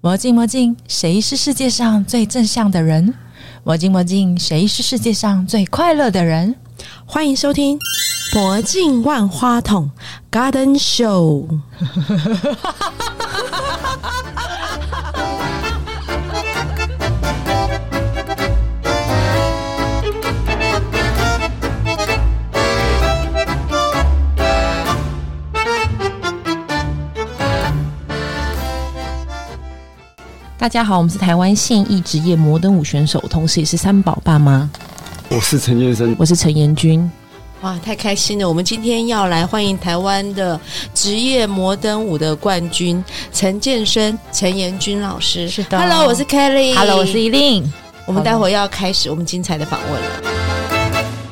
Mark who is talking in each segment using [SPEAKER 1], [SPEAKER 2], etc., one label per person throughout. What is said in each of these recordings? [SPEAKER 1] 魔镜魔镜，谁是世界上最正向的人？魔镜魔镜，谁是世界上最快乐的人？
[SPEAKER 2] 欢迎收听《魔镜万花筒》Garden Show。
[SPEAKER 3] 大家好，我们是台湾现役职业摩登舞选手，同时也是三宝爸妈。
[SPEAKER 4] 我是陈先生，
[SPEAKER 3] 我是陈彦君，
[SPEAKER 2] 哇，太开心了！我们今天要来欢迎台湾的职业摩登舞的冠军陈建生、陈延君老师。
[SPEAKER 1] 是的
[SPEAKER 2] Hello，我是 Kelly。
[SPEAKER 1] Hello，我是依令。
[SPEAKER 2] 我们待会要开始我们精彩的访问了。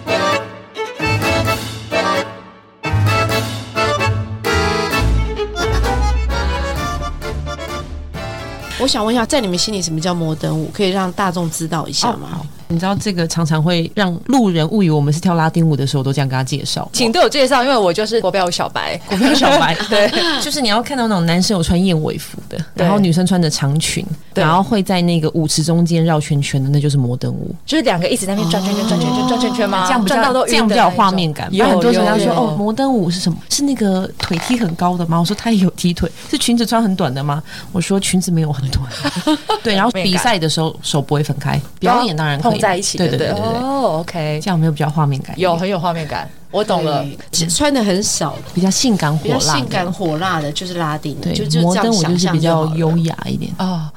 [SPEAKER 2] 我想问一下，在你们心里什么叫摩登舞？可以让大众知道一下吗？
[SPEAKER 3] 你知道这个常常会让路人误以为我们是跳拉丁舞的时候，我都这样跟他介绍。
[SPEAKER 5] 请对我介绍，因为我就是国标舞小白。
[SPEAKER 3] 我跟小 白
[SPEAKER 5] 对，
[SPEAKER 3] 就是你要看到那种男生有穿燕尾服的，
[SPEAKER 5] 对
[SPEAKER 3] 然后女生穿着长裙，
[SPEAKER 5] 对
[SPEAKER 3] 然后会在那个舞池中间绕圈圈的，那就是摩登舞。
[SPEAKER 5] 就是两个一直在那边转圈圈、转圈圈、转圈圈吗？
[SPEAKER 1] 哦
[SPEAKER 3] 这样比
[SPEAKER 5] 转
[SPEAKER 3] 较
[SPEAKER 5] 到都
[SPEAKER 3] 啊这样比较有画面感。有很多人
[SPEAKER 5] 要
[SPEAKER 3] 要说哦，，摩登舞是什么？是那个腿踢很高的吗？我说她也有踢腿，是裙子穿很短的吗？我说裙子没有很短。啊 对，然后
[SPEAKER 5] 面感
[SPEAKER 3] 比赛的时候手不会分开，表演当然可以
[SPEAKER 5] 碰在一起，
[SPEAKER 3] 对
[SPEAKER 5] 对
[SPEAKER 3] 对对对对，
[SPEAKER 5] 哦，OK，
[SPEAKER 3] 这样有没有比较画面感，
[SPEAKER 5] 有很有画面感，我懂了。
[SPEAKER 2] 对，穿的很少，
[SPEAKER 3] 比较性感火
[SPEAKER 2] 比较
[SPEAKER 3] 辣的，
[SPEAKER 2] 性感火辣的，就是拉丁，
[SPEAKER 3] 对
[SPEAKER 2] 就就
[SPEAKER 3] 摩
[SPEAKER 2] 这
[SPEAKER 3] 登
[SPEAKER 2] 样
[SPEAKER 3] 舞
[SPEAKER 2] 想
[SPEAKER 3] 就是
[SPEAKER 2] 象
[SPEAKER 3] 比
[SPEAKER 2] 就好
[SPEAKER 3] 较
[SPEAKER 2] 了
[SPEAKER 3] 优雅一点。
[SPEAKER 5] 哦，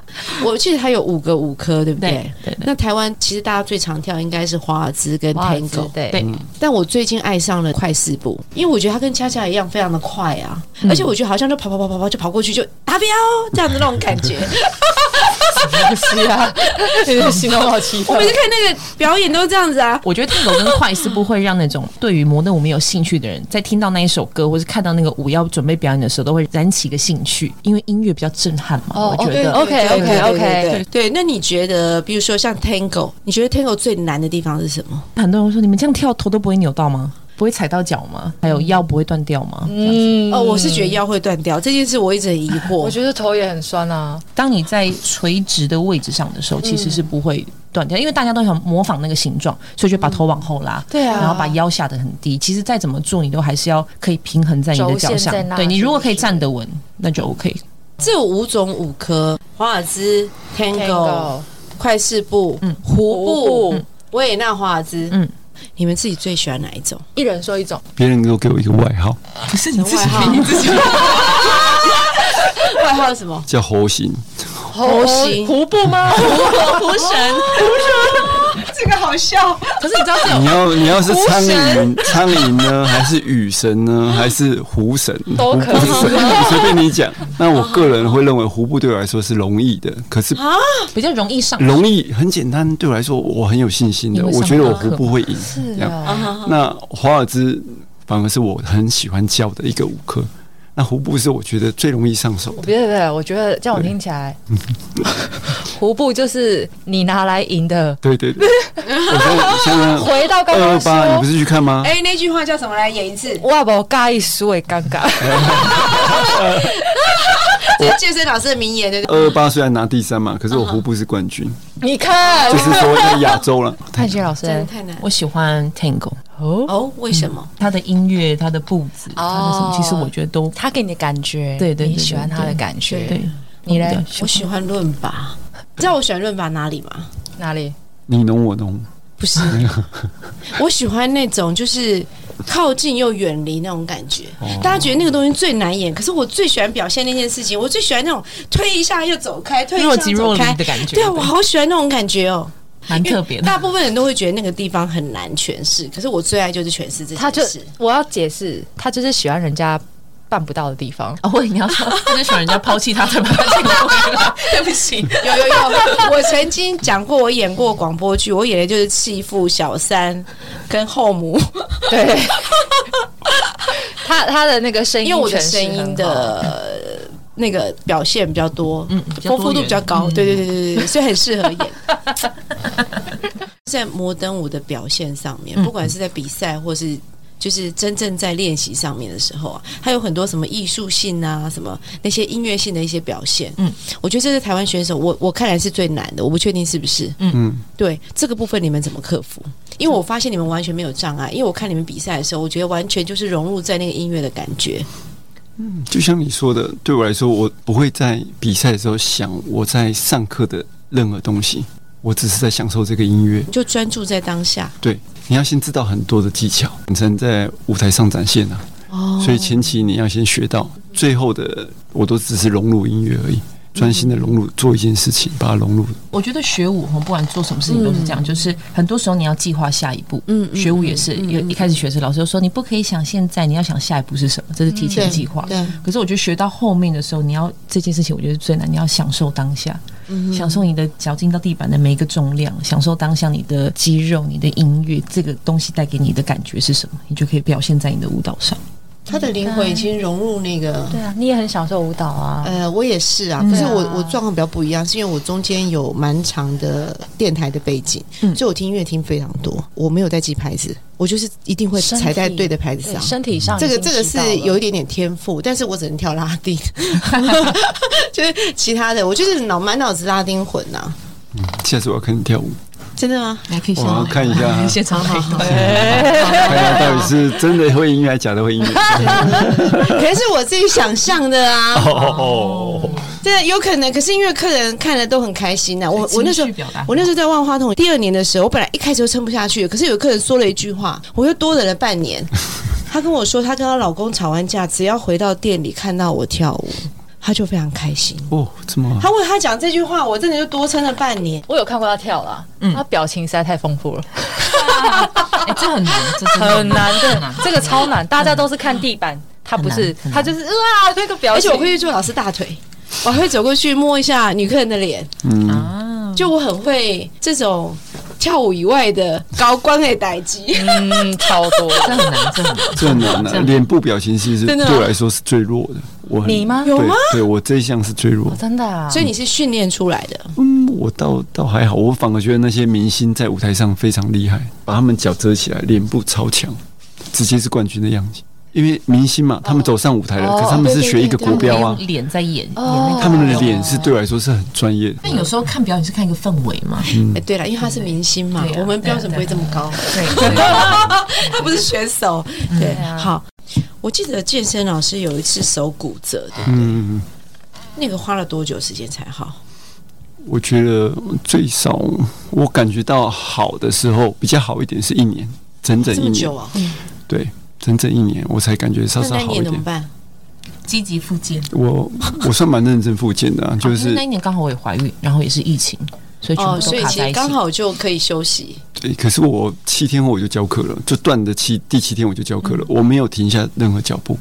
[SPEAKER 2] 我记得它有五个舞科，对不对？
[SPEAKER 3] 对对对
[SPEAKER 2] 那台湾其实大家最常跳应该是华尔兹跟
[SPEAKER 5] 哇子
[SPEAKER 2] Tango，
[SPEAKER 5] 对
[SPEAKER 3] 对
[SPEAKER 2] 但我最近爱上了快四步，因为我觉得它跟恰恰一样非常的快啊，
[SPEAKER 5] 嗯
[SPEAKER 2] 而且我觉得好像就跑跑跑跑跑就跑过去就达标这样子那种感 觉。
[SPEAKER 5] 是啊，你的形容好奇
[SPEAKER 2] 我
[SPEAKER 5] 特
[SPEAKER 2] 每。次看那个表演都这样子啊。
[SPEAKER 3] 我觉得探狗跟快是不会让那种对于摩登舞没有兴趣的人，在听到那一首歌或是看到那个舞要准备表演的时候，都会燃起一个兴趣，因为音乐比较震撼嘛。
[SPEAKER 5] 哦
[SPEAKER 3] 我觉
[SPEAKER 5] 对
[SPEAKER 3] 得
[SPEAKER 5] OK，OK，OK
[SPEAKER 2] 对对。那你觉得，比如说像 Tango，你觉得 Tango 最难的地方是什么？
[SPEAKER 3] 很多人说你们这样跳头都不会扭到吗？不会踩到脚吗？
[SPEAKER 2] 嗯
[SPEAKER 3] 还有腰不会断掉吗？这样子。
[SPEAKER 5] 嗯
[SPEAKER 2] 哦，我是觉得腰会断掉这件事，我一直很疑
[SPEAKER 5] 我
[SPEAKER 2] 惑。
[SPEAKER 5] 觉得头也很酸啊。
[SPEAKER 3] 当你在垂直的位置上的时候，其
[SPEAKER 2] 嗯
[SPEAKER 3] 实是不会断掉，因为大家都想模仿那个形状，所以就
[SPEAKER 2] 嗯
[SPEAKER 3] 把头往后拉，
[SPEAKER 5] 对啊
[SPEAKER 3] 然后把腰下得很低。其实再怎么做，你都还是要可以平衡在你的脚
[SPEAKER 5] 轴线
[SPEAKER 3] 上
[SPEAKER 5] 在那。
[SPEAKER 3] 对你如果可以
[SPEAKER 5] 是不是
[SPEAKER 3] 站得稳，那就 OK。
[SPEAKER 2] 这五种舞科：华尔兹、Tango、
[SPEAKER 5] Tango
[SPEAKER 2] 快四步、
[SPEAKER 3] 嗯
[SPEAKER 2] 胡步、
[SPEAKER 5] 胡嗯步
[SPEAKER 2] 维也纳华尔兹。
[SPEAKER 3] 嗯
[SPEAKER 2] 你们自己最喜欢哪一种？
[SPEAKER 5] 一人说一种，
[SPEAKER 4] 别人都给我一个外号
[SPEAKER 3] 不是你 自
[SPEAKER 2] 外
[SPEAKER 3] 己
[SPEAKER 2] 号？外号是什么？
[SPEAKER 4] 叫猴形，
[SPEAKER 5] 猴
[SPEAKER 2] 形
[SPEAKER 5] 胡步吗？
[SPEAKER 2] 胡神。
[SPEAKER 3] 可是你知道这种
[SPEAKER 4] 你要你要是苍蝇苍蝇呢，还是雨神 呢，还是狐神？
[SPEAKER 5] 都可以
[SPEAKER 4] 狐神，我随便你讲。那我个人会认为胡步对我来说是容易的，可是
[SPEAKER 3] 啊比较容易上
[SPEAKER 4] 容易很简单，对我来说我很有信心的，
[SPEAKER 3] 你会
[SPEAKER 4] 我
[SPEAKER 3] 上
[SPEAKER 4] 觉得我
[SPEAKER 3] 课
[SPEAKER 4] 胡步会赢。
[SPEAKER 5] 啊
[SPEAKER 4] 这样，
[SPEAKER 3] 啊
[SPEAKER 4] 那华尔兹反而是我很喜欢教的一个舞科。那胡步是我觉得最容易上手的。
[SPEAKER 5] 别别别，我觉得这样我听起来，胡步就是你拿来赢的。
[SPEAKER 4] 对对 对，我现在现在
[SPEAKER 5] 回到刚
[SPEAKER 4] 二
[SPEAKER 5] 刚
[SPEAKER 4] 嗯二八，你
[SPEAKER 5] 说
[SPEAKER 4] 不，是去看吗？
[SPEAKER 2] 哎、那句话叫什么？来演一次。
[SPEAKER 5] 哇，我尬一输哎，尴 尬。
[SPEAKER 2] 这是健身老师的名言，对不对？
[SPEAKER 4] 二二八虽然拿第三嘛，可是我胡步是冠军，
[SPEAKER 5] 你看
[SPEAKER 4] 就，是说在亚洲了。
[SPEAKER 5] 看谢老师
[SPEAKER 2] 真的太难了。
[SPEAKER 3] 我喜欢 Tango，
[SPEAKER 5] 哦，
[SPEAKER 2] 哦，为什么？
[SPEAKER 3] 他的音乐、他的步子、他的什
[SPEAKER 5] 哦
[SPEAKER 3] 么，其实我觉得都
[SPEAKER 1] 他给你的感觉，
[SPEAKER 3] 对对对
[SPEAKER 1] 你喜欢他的感觉。
[SPEAKER 3] 对。
[SPEAKER 1] 你嘞
[SPEAKER 3] 我比较
[SPEAKER 2] 我
[SPEAKER 3] 喜
[SPEAKER 2] 喜欢论拔。知道我喜欢论拔哪里吗？
[SPEAKER 5] 哪里？
[SPEAKER 4] 你侬我侬，
[SPEAKER 2] 不是，我喜欢那种就是靠近又远离那种感觉。大家觉得那个东西最难演，可是我最喜欢表现那件事情。我最喜欢那种推一下又走开，推一下
[SPEAKER 3] 若
[SPEAKER 2] 又
[SPEAKER 3] 即若
[SPEAKER 2] 走
[SPEAKER 3] 离
[SPEAKER 2] 开
[SPEAKER 3] 的感觉
[SPEAKER 2] 对啊，我好喜欢那种感觉哦。
[SPEAKER 3] 欢蛮特 别的。
[SPEAKER 2] 大部分人都会觉得那个地方很难诠释，可是我最爱就是诠释这
[SPEAKER 5] 他就
[SPEAKER 2] 件事。
[SPEAKER 5] 我要解释，他就是喜欢人家办不到的地方。
[SPEAKER 3] 哦，我你要 说，就是喜欢人家抛弃他，才把他这个回来。对不起，
[SPEAKER 2] 有有有， 我曾经讲过，我演过广播剧，我演的就是弃妇小三跟后母，
[SPEAKER 5] 对， 他他的那个声音，
[SPEAKER 2] 因为我的声音，的那个表现比较多，嗯，
[SPEAKER 3] 比较
[SPEAKER 2] 丰
[SPEAKER 3] 多
[SPEAKER 2] 富度
[SPEAKER 3] 元嗯
[SPEAKER 2] 比较高，对对对对对，所以很适合演。
[SPEAKER 3] 嗯
[SPEAKER 2] 在摩登舞的表现上面，不管是在比赛或是就是真正在练习上面的时候啊，它有很多什么艺术性啊，什么那些音乐性的一些表现。嗯，我觉得这是台湾选手，我我看来是最难的，我不确定是不是。嗯嗯，对这个部分你们怎么克服？因为我发现你们完全没有障碍，因为我看你们比赛的时候，我觉得完全就是融入在那个音乐的感觉。
[SPEAKER 4] 就像你说的，对我来说，我不会在比赛的时候想我在上课的任何东西，我只是在享受这个音乐。
[SPEAKER 2] 你就专注在当下。
[SPEAKER 4] 对，你要先知道很多的技巧，你才能在舞台上展现啊。
[SPEAKER 2] 哦
[SPEAKER 4] 所以前期你要先学到，最后的我都只是融入音乐而已，专心的融入做一件事情，把它融入。
[SPEAKER 3] 我觉得学舞，我们不管做什么事情都是这样，就是很多时候你要计划下一步。嗯，学舞也是，有一开始学时老师就说你不可以想现在，你要想下一步是什么，这是提前计划。
[SPEAKER 2] 嗯对对
[SPEAKER 3] 可是我觉得学到后面的时候，你要这件事情，我觉得最难，你要享受当下，享受你的脚进到地板的每一个重量，享受当下你的肌肉、你的音乐这个东西带给你的感觉是什么，你就可以表现在你的舞蹈上。
[SPEAKER 2] 他的灵魂已经融入那个。
[SPEAKER 5] 对啊，你也很享受舞蹈啊。
[SPEAKER 2] 呃，我也是啊，可是我、
[SPEAKER 5] 对啊
[SPEAKER 2] 我状况比较不一样，是因为我中间有蛮长的电台的背景，所以我听音乐听非常多，我没有在记牌子，我就是一定会
[SPEAKER 5] 身体
[SPEAKER 2] 踩在对的牌子上。
[SPEAKER 5] 身体上
[SPEAKER 2] 这个
[SPEAKER 5] 已经
[SPEAKER 2] 这个
[SPEAKER 5] 知道了
[SPEAKER 2] 是有一点点天赋，但是我只能跳拉丁，就是其他的，我就是脑满脑子拉丁混呐、
[SPEAKER 4] 下次我要看你跳舞，
[SPEAKER 2] 真的吗？
[SPEAKER 3] 你还可以
[SPEAKER 4] 我要看一下
[SPEAKER 3] 现场来一段
[SPEAKER 4] 看一下到底是真的会音乐还是假的会音乐。
[SPEAKER 2] 可是我自己想象的啊，
[SPEAKER 4] 哦，
[SPEAKER 2] 真的有可能。可是因为客人看了都很开心呐、啊我我那时候
[SPEAKER 3] 情绪表达
[SPEAKER 2] 我那时候在万花筒第二年的时候，我本来一开始就撑不下去，可是有客人说了一句话，我又多等了半年。她跟我说，她跟她老公吵完架，只要回到店里看到我跳舞，她就非常开心。
[SPEAKER 4] 哦，这么好
[SPEAKER 2] 她为她讲这句话，我真的就多撑了半年。
[SPEAKER 5] 我有看过他跳啦，他表情实在太丰富了，
[SPEAKER 3] 哎，这很难，这真的
[SPEAKER 5] 很难
[SPEAKER 3] 很
[SPEAKER 5] 的，这个超难，大家都是看地板，他不是
[SPEAKER 3] 很难，很难
[SPEAKER 5] 他就是哇那个表
[SPEAKER 2] 而且
[SPEAKER 5] 情，
[SPEAKER 2] 我会去做老师大腿，我还会走过去摸一下女客人的脸，
[SPEAKER 3] 啊，
[SPEAKER 2] 就我很会这种跳舞以外的高光的代际。
[SPEAKER 5] 嗯超多。
[SPEAKER 3] 这很难，这很难。
[SPEAKER 4] 这很难的，脸部表情其实
[SPEAKER 2] 真的
[SPEAKER 4] 对
[SPEAKER 2] 啊
[SPEAKER 4] 我来说是最弱的。我很
[SPEAKER 5] 你吗
[SPEAKER 4] 对
[SPEAKER 2] 有吗
[SPEAKER 4] 对，我这一项是最弱 的。
[SPEAKER 5] 真的啊，
[SPEAKER 2] 所以你是训练出来的，
[SPEAKER 4] 嗯，我倒倒还好，我反而觉得那些明星在舞台上非常厉害，把他们脚遮起来，脸部超强，直接是冠军的样子。因为明星嘛，他们走上舞台了，
[SPEAKER 5] 哦
[SPEAKER 4] 可是他们是学一个
[SPEAKER 2] 对
[SPEAKER 4] 国标啊
[SPEAKER 3] 用，脸在演演那
[SPEAKER 5] 哦
[SPEAKER 3] 个。
[SPEAKER 4] 他们的脸是对我来说是很专业的。
[SPEAKER 3] 但
[SPEAKER 2] 哦
[SPEAKER 3] 有时候看表演是看一个氛围嘛，
[SPEAKER 4] 嗯
[SPEAKER 2] 哎、对了，因为他是明星嘛
[SPEAKER 3] 对，啊
[SPEAKER 2] 我们标准不会这么高，
[SPEAKER 3] 对，啊嗯
[SPEAKER 2] 他不是选手。对
[SPEAKER 5] 啊，
[SPEAKER 2] 好，我记得健身老师有一次手骨折的，
[SPEAKER 4] 嗯，嗯
[SPEAKER 2] 那个花了多久时间才好？
[SPEAKER 4] 我觉得最少我感觉到好的时候比较好一点是一年，整整
[SPEAKER 2] 这
[SPEAKER 4] 一
[SPEAKER 2] 么久
[SPEAKER 4] 年，
[SPEAKER 2] 啊？
[SPEAKER 4] 对，整整一年我才感觉
[SPEAKER 3] 嗯
[SPEAKER 4] 稍
[SPEAKER 2] 那
[SPEAKER 4] 稍
[SPEAKER 2] 那
[SPEAKER 4] 好
[SPEAKER 2] 年怎
[SPEAKER 4] 一
[SPEAKER 2] 么
[SPEAKER 4] 点。
[SPEAKER 2] 办？
[SPEAKER 3] 积极复健。
[SPEAKER 4] 我我算蛮认真复健的、
[SPEAKER 5] 哦
[SPEAKER 4] 啊，就
[SPEAKER 3] 因为
[SPEAKER 4] 是
[SPEAKER 3] 那一年刚好我也怀孕，然后也是疫情，所以全
[SPEAKER 2] 哦，
[SPEAKER 3] 部
[SPEAKER 2] 所
[SPEAKER 3] 都
[SPEAKER 2] 以
[SPEAKER 3] 卡
[SPEAKER 2] 其
[SPEAKER 3] 在
[SPEAKER 2] 实
[SPEAKER 3] 一起。
[SPEAKER 2] 刚好就可以休息。
[SPEAKER 4] 对，可是我七天后我就教课了，就断的七第七天我就教课了，
[SPEAKER 5] 嗯
[SPEAKER 4] 我没有停下任何脚步。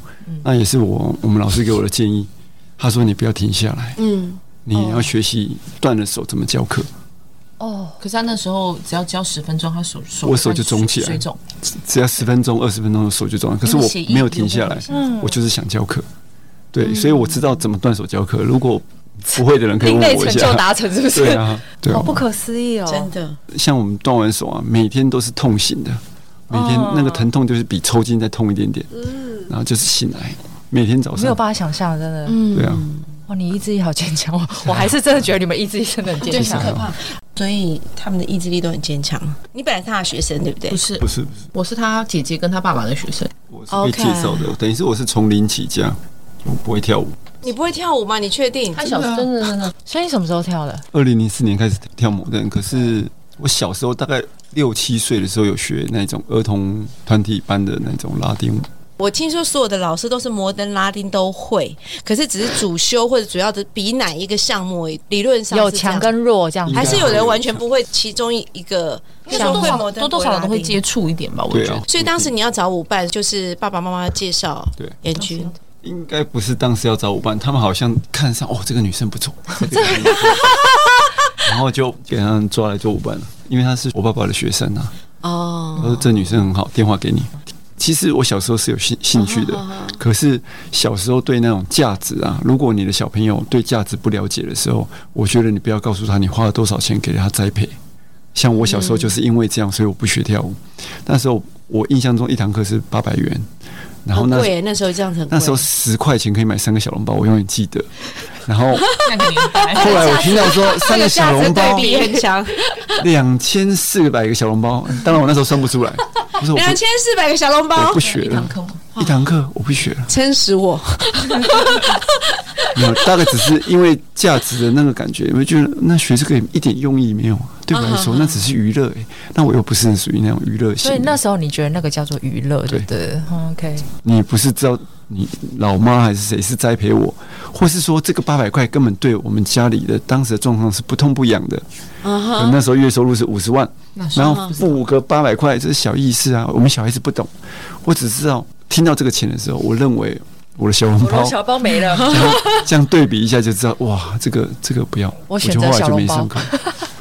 [SPEAKER 4] 那也是我我们老师给我的建议，他说你不要停下来，
[SPEAKER 2] 嗯，
[SPEAKER 4] 你也要学习断了手怎么教课。
[SPEAKER 5] 哦，
[SPEAKER 3] 可是他那时候只要教十分钟，他手手
[SPEAKER 4] 我手就肿起来
[SPEAKER 3] 水肿。
[SPEAKER 4] 只要十分钟、二十分钟的手就断了，可是
[SPEAKER 3] 因为
[SPEAKER 4] 我
[SPEAKER 3] 血液
[SPEAKER 4] 没有停下
[SPEAKER 3] 流
[SPEAKER 4] 来
[SPEAKER 3] 不停，
[SPEAKER 4] 我
[SPEAKER 5] 嗯
[SPEAKER 4] 就是想教课。对，所以我知道怎么断手教课。如果不会的人可以
[SPEAKER 5] 另类
[SPEAKER 4] 问我
[SPEAKER 5] 成
[SPEAKER 4] 一
[SPEAKER 5] 就
[SPEAKER 4] 下。
[SPEAKER 5] 达成是不
[SPEAKER 4] 对
[SPEAKER 5] 是？
[SPEAKER 4] 啊，对啊
[SPEAKER 5] 好，不可思议哦，
[SPEAKER 2] 嗯真的，
[SPEAKER 4] 像我们断完手啊，每天都是痛醒的，每天
[SPEAKER 5] 嗯
[SPEAKER 4] 那个疼痛就是比抽筋再痛一点点，然后就是醒来，每天早
[SPEAKER 5] 没有
[SPEAKER 4] 上。
[SPEAKER 5] 办法嗯想象，真的。
[SPEAKER 2] 嗯
[SPEAKER 4] 对啊，
[SPEAKER 5] 哇，你意志力好坚强，我我还是真的觉得你们意志力真的很
[SPEAKER 2] 对，
[SPEAKER 5] 坚
[SPEAKER 2] 很
[SPEAKER 5] 强。
[SPEAKER 2] 可怕。所以他们的意志力都很坚强。你本来是他的学生，对不对
[SPEAKER 3] 不？是
[SPEAKER 4] 不，是不是，
[SPEAKER 3] 我是他姐姐跟他爸爸的学生。
[SPEAKER 4] 我是被
[SPEAKER 2] OK
[SPEAKER 4] 介绍的，等于是我是从零起家，我不会跳舞。
[SPEAKER 2] 你不会跳舞吗？你确定？
[SPEAKER 3] 他小时候真的真的，
[SPEAKER 5] 啊所以你什么时候跳的？
[SPEAKER 4] 二零零四年开始跳摩登，可是我小时候大概六七岁的时候有学那种儿童团体班的那种拉丁舞。
[SPEAKER 2] 我听说所有的老师都是摩登拉丁都会，可是只是主修或者主要的比哪一个项目而已，理论上
[SPEAKER 5] 有
[SPEAKER 2] 是这样
[SPEAKER 5] 强跟弱这样子，
[SPEAKER 2] 还是有人完全不会其中一个项目
[SPEAKER 3] 多少
[SPEAKER 2] 摩登
[SPEAKER 3] 多多少少都会。
[SPEAKER 2] 不拉
[SPEAKER 3] 接触一点吧，我
[SPEAKER 4] 对
[SPEAKER 3] 觉
[SPEAKER 4] 啊
[SPEAKER 3] 得。，
[SPEAKER 2] 丁所以当时你要找舞伴，就是爸爸妈妈介绍
[SPEAKER 4] 对
[SPEAKER 2] 严君，
[SPEAKER 4] 应该不是当时要找舞伴，他们好像看上哦，这个女生不错，这个女生不错然后就给他们抓来做舞伴了，因为她是我爸爸的学生啊。
[SPEAKER 2] 哦，
[SPEAKER 4] 他说这女生很好，电话给你。其实我小时候是有兴兴趣的，可是小时候对那种价值啊，如果你的小朋友对价值不了解的时候，我觉得你不要告诉他你花了多少钱给他栽培。像我小时候就是因为这样，所以我不学跳舞。那时候我印象中一堂课是八百元，然后
[SPEAKER 2] 很
[SPEAKER 4] 那
[SPEAKER 2] 贵耶，那时候这样子很贵。
[SPEAKER 4] 那时候十块钱可以买三个小笼包，我永远记得。然后
[SPEAKER 3] 那个年代，
[SPEAKER 4] 后来我听到说三个小笼包
[SPEAKER 2] 对比很强，
[SPEAKER 4] 两千四百个小笼包，当然我那时候算不出来，不是我
[SPEAKER 2] 两
[SPEAKER 4] 不
[SPEAKER 2] 千四百个小笼
[SPEAKER 4] 我
[SPEAKER 2] 包
[SPEAKER 4] 不，学了，一堂课我不学了，
[SPEAKER 2] 撑死我。
[SPEAKER 4] 没有，大概只是因为价值的那个感觉，因为觉得那学这个也一点用意没有，对我来说那只是娱乐、欸，那我又不是属于那种娱乐
[SPEAKER 5] 所以
[SPEAKER 4] 型
[SPEAKER 5] 那
[SPEAKER 4] 的，
[SPEAKER 5] 时候你觉得那个叫做娱乐，对
[SPEAKER 4] 对
[SPEAKER 5] 不对嗯？OK，
[SPEAKER 4] 你不是知道你老妈还是谁是栽培我，或是说这个八百块根本对我们家里的当时的状况是不痛不痒的，
[SPEAKER 2] 啊
[SPEAKER 4] 可
[SPEAKER 2] 哈
[SPEAKER 4] 能那时候月收入是五十万，
[SPEAKER 3] 那时
[SPEAKER 4] 然
[SPEAKER 3] 候
[SPEAKER 4] 后付个八百块，这是小意思啊。我们小孩子不懂，我只知道听到这个钱的时候，我认为我的小笼包，
[SPEAKER 5] 小包没了，
[SPEAKER 4] 这样对比一下就知道，哇，这个这个不要，
[SPEAKER 5] 我
[SPEAKER 4] 我
[SPEAKER 5] 选
[SPEAKER 4] 就
[SPEAKER 5] 择
[SPEAKER 4] 后来
[SPEAKER 5] 小
[SPEAKER 4] 就
[SPEAKER 5] 笼
[SPEAKER 4] 没
[SPEAKER 5] 包
[SPEAKER 4] 上课。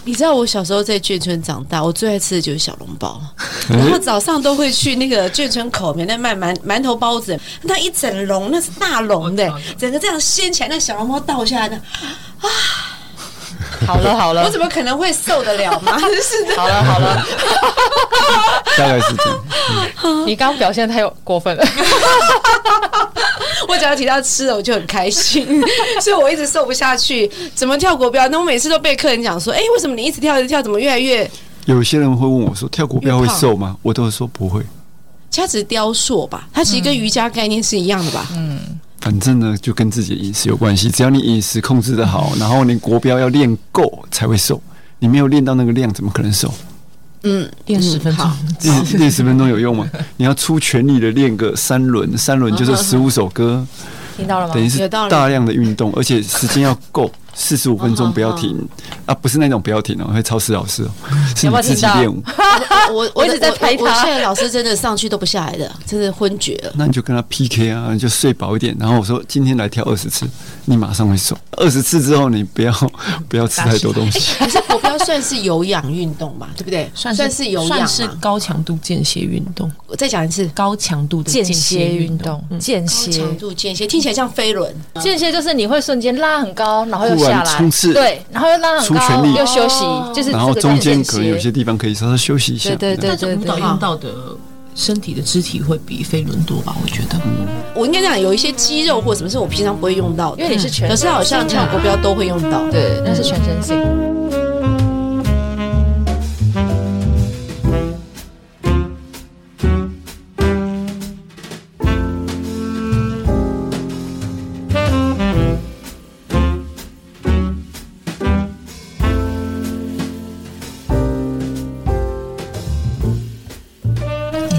[SPEAKER 2] 你知道我小时候在眷村长大，我最爱吃的就是小笼包，然后早上都会去那个眷村口面那卖馒馒头包子，那一整笼那是大笼的，
[SPEAKER 3] 嗯
[SPEAKER 2] 整个这样掀起来，那小笼包倒下来的，
[SPEAKER 5] 好了好
[SPEAKER 2] 我
[SPEAKER 5] 了
[SPEAKER 2] 怎么可能会受得了 嘛？真是的，
[SPEAKER 5] 好了好了，
[SPEAKER 4] 大概是这样。
[SPEAKER 5] 你刚刚表现得太过分了。
[SPEAKER 2] 我只要提到吃的，我就很开心， 所以我一直瘦不下去。怎么跳国标？那我每次都被客人讲说：“哎、为什么你一直跳一直跳，怎么越来越……
[SPEAKER 4] 有些人会问我说，跳国标会
[SPEAKER 2] 越胖
[SPEAKER 4] 瘦吗？我都会说不会，
[SPEAKER 2] 其实它只是雕塑吧？它其实跟
[SPEAKER 3] 嗯
[SPEAKER 2] 瑜伽概念是一样的吧？
[SPEAKER 4] 反正呢就跟自己的饮食有关系，只要你饮食控制的好，然后你国标要练够才会瘦。你没有练到那个量，怎么可能瘦？
[SPEAKER 2] 嗯，
[SPEAKER 3] 练十分钟
[SPEAKER 2] 好，
[SPEAKER 4] 练练十分钟有用吗？你要出全力的练个三轮，三轮就是十五首歌，
[SPEAKER 5] 听到了吗
[SPEAKER 4] 等？于是
[SPEAKER 2] 哦有道理哦
[SPEAKER 4] 大量的运动，而且时间要够，四十五分钟不要停啊！不是那种不要停哦，会超时老 师哦，是
[SPEAKER 5] 有
[SPEAKER 4] 你
[SPEAKER 5] 没有
[SPEAKER 4] 自
[SPEAKER 5] 听
[SPEAKER 4] 己
[SPEAKER 5] 到
[SPEAKER 4] 练舞，
[SPEAKER 2] 我我
[SPEAKER 5] 我一直在拍他
[SPEAKER 2] 我我现在老师真的上去都不下来的，真的昏厥了。
[SPEAKER 4] 那你就跟他 PK 啊，你就睡饱一点。然后我说今天来跳二十次，你马上会瘦。二十次之后，你不要不要吃太多东西。
[SPEAKER 2] 可是国标算是有氧运动吧，对不对？
[SPEAKER 3] 算
[SPEAKER 2] 算
[SPEAKER 3] 是
[SPEAKER 2] 是有氧
[SPEAKER 3] 算
[SPEAKER 2] 嘛。
[SPEAKER 3] 是高强度间歇运动，
[SPEAKER 2] 我再讲一次，
[SPEAKER 3] 高强度的
[SPEAKER 5] 间
[SPEAKER 3] 歇
[SPEAKER 5] 歇运
[SPEAKER 3] 动嗯
[SPEAKER 5] 动，，嗯间
[SPEAKER 2] 高
[SPEAKER 5] 歇。
[SPEAKER 2] 强度间歇听起来像飞轮，
[SPEAKER 5] 间歇就是你会瞬间拉很高，然后又
[SPEAKER 4] 突然
[SPEAKER 5] 下来，
[SPEAKER 4] 冲刺
[SPEAKER 5] 对，然后又拉很
[SPEAKER 4] 出全
[SPEAKER 5] 高，
[SPEAKER 4] 力
[SPEAKER 5] 又休息，就是
[SPEAKER 4] 然后
[SPEAKER 5] 这个
[SPEAKER 4] 中
[SPEAKER 5] 叫
[SPEAKER 4] 间
[SPEAKER 5] 间
[SPEAKER 4] 可能有
[SPEAKER 5] 歇
[SPEAKER 4] 些地方可以稍稍休息一下。
[SPEAKER 5] 对对对
[SPEAKER 3] 但是舞蹈用到的身体的肢体会比飞轮多吧？我觉得，
[SPEAKER 5] 啊
[SPEAKER 2] 我应该讲有一些肌肉或什么是我平常不会用到的，
[SPEAKER 5] 因为你是全
[SPEAKER 2] 可是好像跳国标都会用到。
[SPEAKER 5] 对，那是全身性。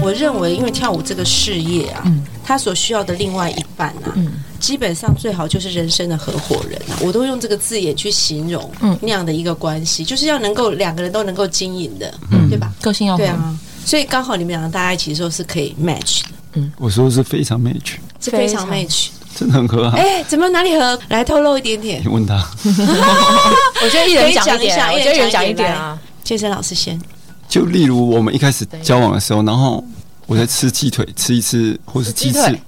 [SPEAKER 2] 我认为，因为跳舞这个事业啊，
[SPEAKER 5] 嗯
[SPEAKER 2] 它所需要的另外一半啊，基本上最好就是人生的合伙人啊，我都用这个字眼去形容
[SPEAKER 5] 嗯
[SPEAKER 2] 那样的一个关系，就是要能够两个人都能够经营的，
[SPEAKER 5] 嗯
[SPEAKER 2] 对吧？
[SPEAKER 3] 个
[SPEAKER 4] 嗯
[SPEAKER 3] 性要
[SPEAKER 2] 对
[SPEAKER 3] 合，
[SPEAKER 2] 啊，所以刚好你们两个大家一起的时候是可以 match 的，
[SPEAKER 4] 我说是非常 match，
[SPEAKER 2] 是非常
[SPEAKER 5] 非常
[SPEAKER 2] match。
[SPEAKER 4] 真的很合啊。
[SPEAKER 2] 哎、怎么哪里合？来透露一点点
[SPEAKER 4] 你。问他，
[SPEAKER 5] 我觉得一
[SPEAKER 2] 可
[SPEAKER 5] 人
[SPEAKER 2] 以
[SPEAKER 5] 讲
[SPEAKER 2] 讲
[SPEAKER 5] 一
[SPEAKER 2] 一
[SPEAKER 5] 点
[SPEAKER 2] 下
[SPEAKER 5] 啊，
[SPEAKER 2] 一
[SPEAKER 5] 我
[SPEAKER 2] 人
[SPEAKER 5] 觉得一
[SPEAKER 2] 讲
[SPEAKER 5] 人讲一
[SPEAKER 2] 一点
[SPEAKER 5] 点
[SPEAKER 2] 来
[SPEAKER 5] 啊。
[SPEAKER 2] 健身老师先，
[SPEAKER 4] 就例如我们一开始交往的时候，然后我在吃鸡腿，吃一吃或是鸡
[SPEAKER 5] 吃鸡
[SPEAKER 4] 翅
[SPEAKER 5] 腿，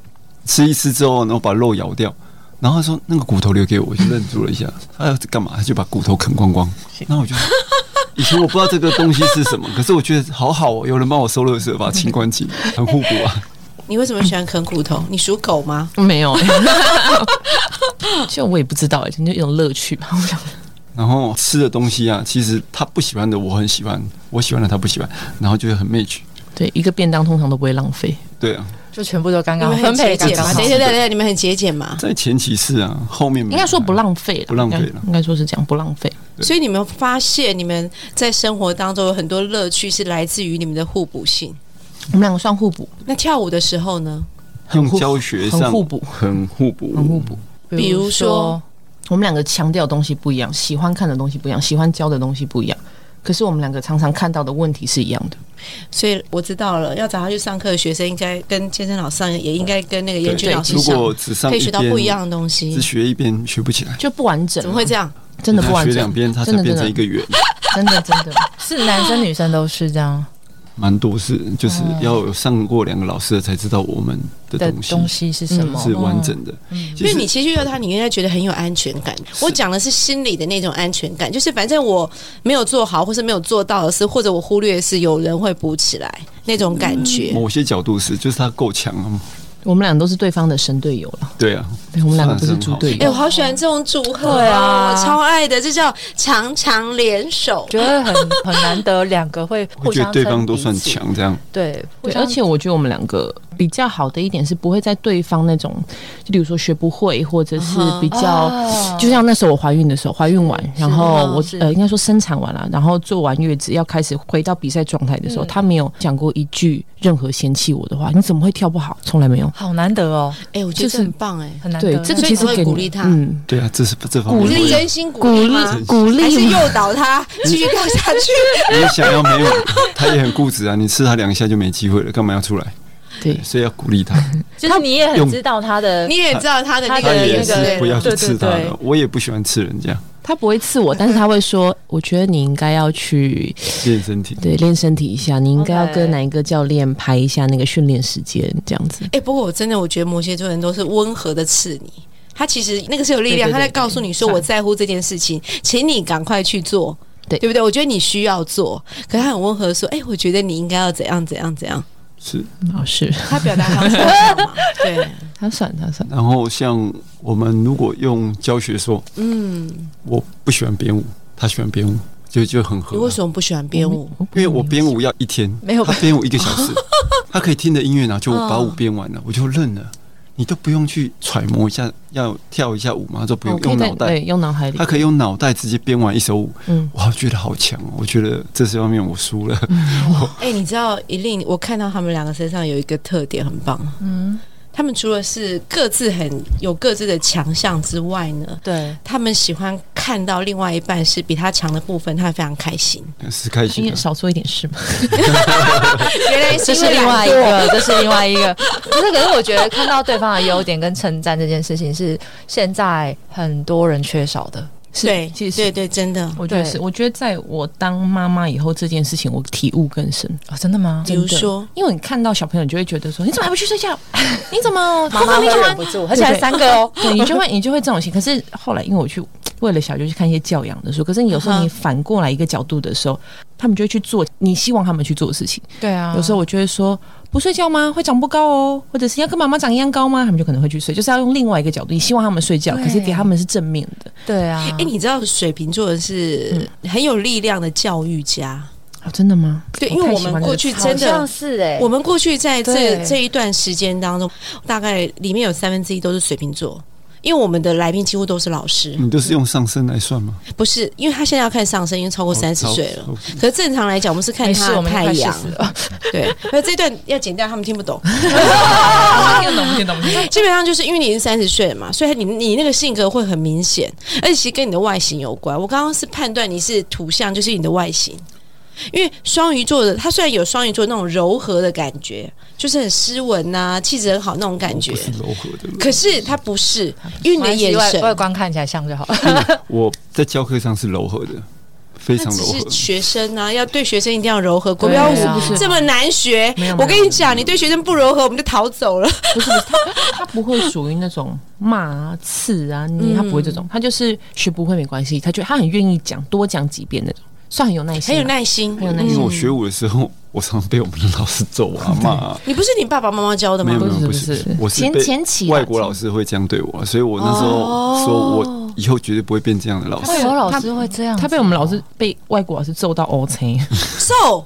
[SPEAKER 4] 吃一吃之后，然后把肉咬掉，然后他说那个骨头留给我，我就愣住了一下，他要干嘛？他就把骨头啃光光。那我就以前我不知道这个东西是什么，可是我觉得好好哦，有人帮我收垃圾，把它清干净，很互补啊。
[SPEAKER 2] 你为什么喜欢啃骨 头？你属狗吗？
[SPEAKER 3] 没有， 就我也不知道，就一种乐趣吧。我想，
[SPEAKER 4] 然后吃的东西啊，其实他不喜欢的我很喜欢，我喜欢的他不喜欢，然后就会很 match。
[SPEAKER 3] 对，一个便当通常都不会浪费，
[SPEAKER 4] 对啊，
[SPEAKER 5] 就全部都刚
[SPEAKER 2] 你
[SPEAKER 5] 刚
[SPEAKER 2] 们
[SPEAKER 5] 分
[SPEAKER 2] 很
[SPEAKER 5] 配
[SPEAKER 2] 节
[SPEAKER 5] 得刚
[SPEAKER 2] 俭
[SPEAKER 5] 刚
[SPEAKER 2] 吗？
[SPEAKER 5] 好
[SPEAKER 2] 等一下，等一下，你们很节俭吗？
[SPEAKER 4] 在前期是啊，后面没
[SPEAKER 3] 应该说不浪费啦，
[SPEAKER 4] 不浪费啦
[SPEAKER 3] 应该应该说是这样，不浪费。
[SPEAKER 4] 对
[SPEAKER 2] 所以你们发现你们在生活当中有很多乐趣是来自于你们的互补性。
[SPEAKER 3] 我们两个算互补，
[SPEAKER 2] 那跳舞的时候呢？
[SPEAKER 4] 用教学上
[SPEAKER 3] 很互补
[SPEAKER 4] 很互补，
[SPEAKER 3] 很互补。
[SPEAKER 2] 比如说，
[SPEAKER 3] 我们两个强调的东西不一样，喜欢看的东西不一样，喜欢教的东西不一样。可是我们两个常常看到的问题是一样的，
[SPEAKER 2] 所以我知道了，要找他去上课的学生应该跟健身老师上，也应该跟那个
[SPEAKER 4] 对
[SPEAKER 2] 严俊老师
[SPEAKER 4] 如
[SPEAKER 2] 上，
[SPEAKER 4] 果只上
[SPEAKER 2] 可
[SPEAKER 4] 一
[SPEAKER 2] 以学到
[SPEAKER 4] 边
[SPEAKER 2] 不一样的东西
[SPEAKER 4] 只。学一边学不起来，
[SPEAKER 3] 就不完整啊。
[SPEAKER 2] 怎么会这样？
[SPEAKER 3] 真的不
[SPEAKER 4] 他
[SPEAKER 3] 完
[SPEAKER 4] 学
[SPEAKER 3] 整？
[SPEAKER 4] 两边，它才
[SPEAKER 3] 真的
[SPEAKER 4] 变成
[SPEAKER 3] 真
[SPEAKER 4] 一
[SPEAKER 3] 的
[SPEAKER 4] 个圆。
[SPEAKER 3] 真的真的，
[SPEAKER 5] 是男生女生都是这样，
[SPEAKER 4] 蛮多是，就是要有上过两个老师的才知道我们 的
[SPEAKER 5] 的
[SPEAKER 4] 东西
[SPEAKER 5] 东西是什么？
[SPEAKER 3] 嗯
[SPEAKER 4] 是完整的。
[SPEAKER 2] 因
[SPEAKER 4] 其
[SPEAKER 2] 为
[SPEAKER 4] 实
[SPEAKER 2] 你其实遇到他，你应该觉得很有安全感。我讲的是心理的那种安全感，就是反正我没有做好，或是没有做到的事，或者我忽略的事，有人会补起来那种感觉。
[SPEAKER 4] 某些角度是，就是他够强啊。
[SPEAKER 3] 我们俩都是对方的神队友了，
[SPEAKER 4] 对啊，
[SPEAKER 3] 对我们两个都是猪队
[SPEAKER 2] 哎、
[SPEAKER 3] 友。
[SPEAKER 2] 我好喜欢这种组合
[SPEAKER 5] 啊
[SPEAKER 2] 我超爱的，这叫强强联手。
[SPEAKER 5] 觉得很很难得，两个会互
[SPEAKER 4] 我觉
[SPEAKER 5] 相
[SPEAKER 4] 得对方
[SPEAKER 5] 撑
[SPEAKER 4] 都
[SPEAKER 5] 彼
[SPEAKER 4] 算
[SPEAKER 5] 此，
[SPEAKER 4] 强，这样
[SPEAKER 5] 对，互
[SPEAKER 3] 对，
[SPEAKER 5] 相
[SPEAKER 3] 而且我觉得我们两个比较好的一点是不会在对方那种，就比如说学不会，或者是比较，
[SPEAKER 5] 哦
[SPEAKER 3] 就像那时候我怀孕的时候，怀孕完，然后我
[SPEAKER 5] 啊是
[SPEAKER 3] 呃应该说生产完了，然后做完月子要开始回到比赛状态
[SPEAKER 5] 嗯
[SPEAKER 3] 的时候，他没有讲过一句任何嫌弃我的话，你怎么会跳不好？从来没有。
[SPEAKER 5] 好难得哦，
[SPEAKER 2] 哎、我觉得
[SPEAKER 3] 就是
[SPEAKER 2] 这很棒哎、
[SPEAKER 5] 很难得。
[SPEAKER 3] 对，这个
[SPEAKER 5] 所以
[SPEAKER 3] 其实
[SPEAKER 2] 所以你会
[SPEAKER 3] 给你
[SPEAKER 2] 鼓励他
[SPEAKER 3] 嗯，
[SPEAKER 4] 对啊，这是这方面
[SPEAKER 2] 鼓励
[SPEAKER 4] 我也
[SPEAKER 2] 真心鼓励吗？
[SPEAKER 3] 啊鼓励
[SPEAKER 2] 还是诱导他继续跳下去？
[SPEAKER 4] 你也想要没有，他也很固执啊。你吃他两下就没机会了，干嘛要出来？
[SPEAKER 3] 对
[SPEAKER 4] 所以要鼓励他。
[SPEAKER 5] 就是你也很
[SPEAKER 4] 用
[SPEAKER 5] 知道他的
[SPEAKER 2] 你也知道他的那
[SPEAKER 4] 他
[SPEAKER 2] 个
[SPEAKER 4] 也
[SPEAKER 2] 那
[SPEAKER 4] 是
[SPEAKER 2] 个
[SPEAKER 4] 不要去刺他
[SPEAKER 5] 对对
[SPEAKER 4] 的
[SPEAKER 5] 对。
[SPEAKER 4] 我也不喜欢刺人家，
[SPEAKER 3] 他不会刺我，但是他会说，我觉得你应该要去
[SPEAKER 4] 练身体。
[SPEAKER 3] 对练身体一下，你应该要
[SPEAKER 5] OK
[SPEAKER 3] 跟哪一个教练排一下那个训练时间，这样子。
[SPEAKER 2] 哎、不过我真的我觉得摩羯座人都是温和的刺你，他其实那个是有力量，
[SPEAKER 3] 对对对
[SPEAKER 2] 他在告诉你说我在乎这件事情，请你赶快去做，
[SPEAKER 3] 对
[SPEAKER 2] 对不对？我觉得你需要做，可是他很温和的说，哎、我觉得你应该要怎样怎样怎样。
[SPEAKER 4] 是，
[SPEAKER 3] 老师，
[SPEAKER 2] 他表达方式很好嘛 对，
[SPEAKER 3] 他算他算，
[SPEAKER 4] 然后像我们如果用教学说，嗯，我不喜欢编舞，他喜欢编舞，就就很
[SPEAKER 2] 你
[SPEAKER 4] 合
[SPEAKER 2] 为
[SPEAKER 4] 啊。
[SPEAKER 2] 什么不喜欢编舞？
[SPEAKER 4] 因为我编舞要一天，
[SPEAKER 5] 没有
[SPEAKER 4] 他编舞一个小时，他可以听着音乐，然后就把舞编完了，我就认了。你都不用去揣摩一下，要跳一下舞吗？都不用
[SPEAKER 3] 我哦可
[SPEAKER 4] 用
[SPEAKER 3] 以在
[SPEAKER 4] 脑袋
[SPEAKER 3] 对，用脑海里
[SPEAKER 4] 他。可以用脑袋直接编完一首舞，
[SPEAKER 3] 嗯
[SPEAKER 4] 哇，我觉得好强哦！我觉得这些方面我输了，
[SPEAKER 2] 哎、你知道一令，我看到他们两个身上有一个特点很棒，嗯，他们除了是各自很有各自的强项之外呢，
[SPEAKER 5] 对
[SPEAKER 2] 他们喜欢看到另外一半是比他强的部分，他非常开心。
[SPEAKER 4] 是开
[SPEAKER 3] 因
[SPEAKER 4] 心
[SPEAKER 3] 为
[SPEAKER 4] 的。
[SPEAKER 3] 少做一点事嘛，
[SPEAKER 2] 原来
[SPEAKER 5] 这是另外一个，这是另外一个。不是，可是我觉得看到对方的优点跟称赞这件事情是现在很多人缺少的。
[SPEAKER 3] 是
[SPEAKER 2] 对，
[SPEAKER 3] 其实
[SPEAKER 2] 对对，真的。
[SPEAKER 3] 我觉得
[SPEAKER 5] 对
[SPEAKER 3] 是，我觉得在我当妈妈以后，这件事情我体悟更深。
[SPEAKER 5] 哦，真的吗？
[SPEAKER 2] 比如说，
[SPEAKER 3] 因为你看到小朋友，你就会觉得说，你怎么还不去睡觉？ 你怎么
[SPEAKER 5] 妈妈会忍不住，而且还三个哦。
[SPEAKER 3] 对你就会你就会这种心。可是后来，因为我去为了小舅去看一些教养的书，可是你有时
[SPEAKER 2] 嗯
[SPEAKER 3] 候
[SPEAKER 2] 哼
[SPEAKER 3] 你反过来一个角度的时候，他们就会去做你希望他们去做的事情。
[SPEAKER 5] 对
[SPEAKER 2] 嗯
[SPEAKER 5] 啊
[SPEAKER 3] 有时候我就会说，不睡觉吗？会长不高哦，或者是要跟妈妈长一样高吗？他们就可能会去睡，就是要用另外一个角度，你希望他们睡觉，
[SPEAKER 5] 对
[SPEAKER 3] 可是给他们是正面的。
[SPEAKER 5] 对啊，
[SPEAKER 2] 哎、你知道水瓶座人是很有力量的教育家，
[SPEAKER 3] 哦，真的吗？
[SPEAKER 2] 对，因为我们 过去
[SPEAKER 3] 我太喜欢这个词
[SPEAKER 2] 真
[SPEAKER 5] 好像
[SPEAKER 2] 的。
[SPEAKER 5] 是哎，
[SPEAKER 2] 我们过去在这
[SPEAKER 5] 对
[SPEAKER 2] 这一段时间当中，大概里面有三分之一都是水瓶座，因为我们的来宾几乎都是老师，
[SPEAKER 4] 你都是用上身来算吗？
[SPEAKER 2] 不是因为他现在要看上升，因为超过三十岁了
[SPEAKER 4] 哦超。
[SPEAKER 2] 可是正常来讲，我们是看
[SPEAKER 5] 没
[SPEAKER 2] 他
[SPEAKER 5] 事，我
[SPEAKER 2] 的
[SPEAKER 5] 们
[SPEAKER 2] 太
[SPEAKER 5] 快
[SPEAKER 2] 阳
[SPEAKER 5] 40，了。
[SPEAKER 2] 对。那这段要剪掉，他们听不懂。
[SPEAKER 3] 听懂听懂。
[SPEAKER 2] 基本上就是因为你已经三十岁了嘛，所以你你那个性格会很明显，而且其实跟你的外形有关。我刚刚是判断你是土象，就是你的外形。因为双鱼座的，他虽然有双鱼座那种柔和的感觉，就是很斯文呐、气质很好那种感觉
[SPEAKER 4] 哦不，是柔和的。
[SPEAKER 2] 可是他不是，因为你的眼
[SPEAKER 5] 外外
[SPEAKER 2] 神，
[SPEAKER 5] 观看起来像就好了。
[SPEAKER 4] 我在教课上是柔和的，非
[SPEAKER 2] 那
[SPEAKER 4] 常
[SPEAKER 2] 只
[SPEAKER 4] 柔
[SPEAKER 2] 是
[SPEAKER 4] 和。
[SPEAKER 2] 学生啊，要对学生一定要柔和，不
[SPEAKER 5] 对
[SPEAKER 2] 要
[SPEAKER 5] 啊
[SPEAKER 2] 这么难学
[SPEAKER 3] 没有。
[SPEAKER 2] 我跟你讲，你对学生不柔和，我们就逃走了。
[SPEAKER 3] 不是不是，他他不会属于那种骂啊、刺啊、你他不会这种，他就是学不会没关系，他就他很愿意讲，多讲几遍那种，算很有耐心
[SPEAKER 2] 很
[SPEAKER 3] 啊，
[SPEAKER 2] 有耐心，
[SPEAKER 3] 很有耐
[SPEAKER 4] 因为
[SPEAKER 2] 嗯
[SPEAKER 3] 心。
[SPEAKER 4] 我学舞的时候， 我常被我们的老师揍啊骂啊。
[SPEAKER 2] 你不是你爸爸妈妈教的
[SPEAKER 4] 没
[SPEAKER 2] 吗
[SPEAKER 4] 有？没有
[SPEAKER 3] 不
[SPEAKER 4] 不
[SPEAKER 3] 是
[SPEAKER 4] 是
[SPEAKER 3] 不是，
[SPEAKER 4] 我是
[SPEAKER 3] 前
[SPEAKER 4] 被
[SPEAKER 3] 前期啦
[SPEAKER 4] 外国老师会这样对我，所以我那时
[SPEAKER 2] 哦
[SPEAKER 4] 候说我以后绝对不会变这样的老师。
[SPEAKER 5] 外国哦老师会这样子，
[SPEAKER 3] 他被我们老师被外国老师揍到哦 O C，
[SPEAKER 2] 瘦，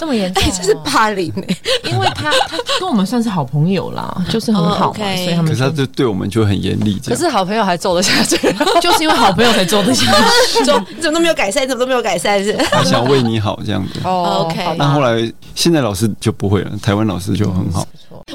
[SPEAKER 5] 这么严重
[SPEAKER 2] 哎、
[SPEAKER 5] 哦，
[SPEAKER 2] 这是霸凌哎、
[SPEAKER 3] 因为他他跟我们算是好朋友啦，就是很
[SPEAKER 2] 哦
[SPEAKER 3] 好嘛，
[SPEAKER 2] ，OK
[SPEAKER 3] 所以他
[SPEAKER 4] 可
[SPEAKER 3] 们
[SPEAKER 4] 是他
[SPEAKER 3] 就
[SPEAKER 4] 就对我们就很严厉，
[SPEAKER 5] 可
[SPEAKER 4] 这样
[SPEAKER 5] 是好朋友还揍得下去，
[SPEAKER 3] 就是因为好朋友才做这些。
[SPEAKER 2] 说你怎么都没有改善，你怎么都没有改善是？
[SPEAKER 4] 他想为你好这样子。
[SPEAKER 5] 哦
[SPEAKER 2] OK
[SPEAKER 3] 哎
[SPEAKER 5] 好吧
[SPEAKER 4] 那后来现在老师就不会了，台湾老师就很好。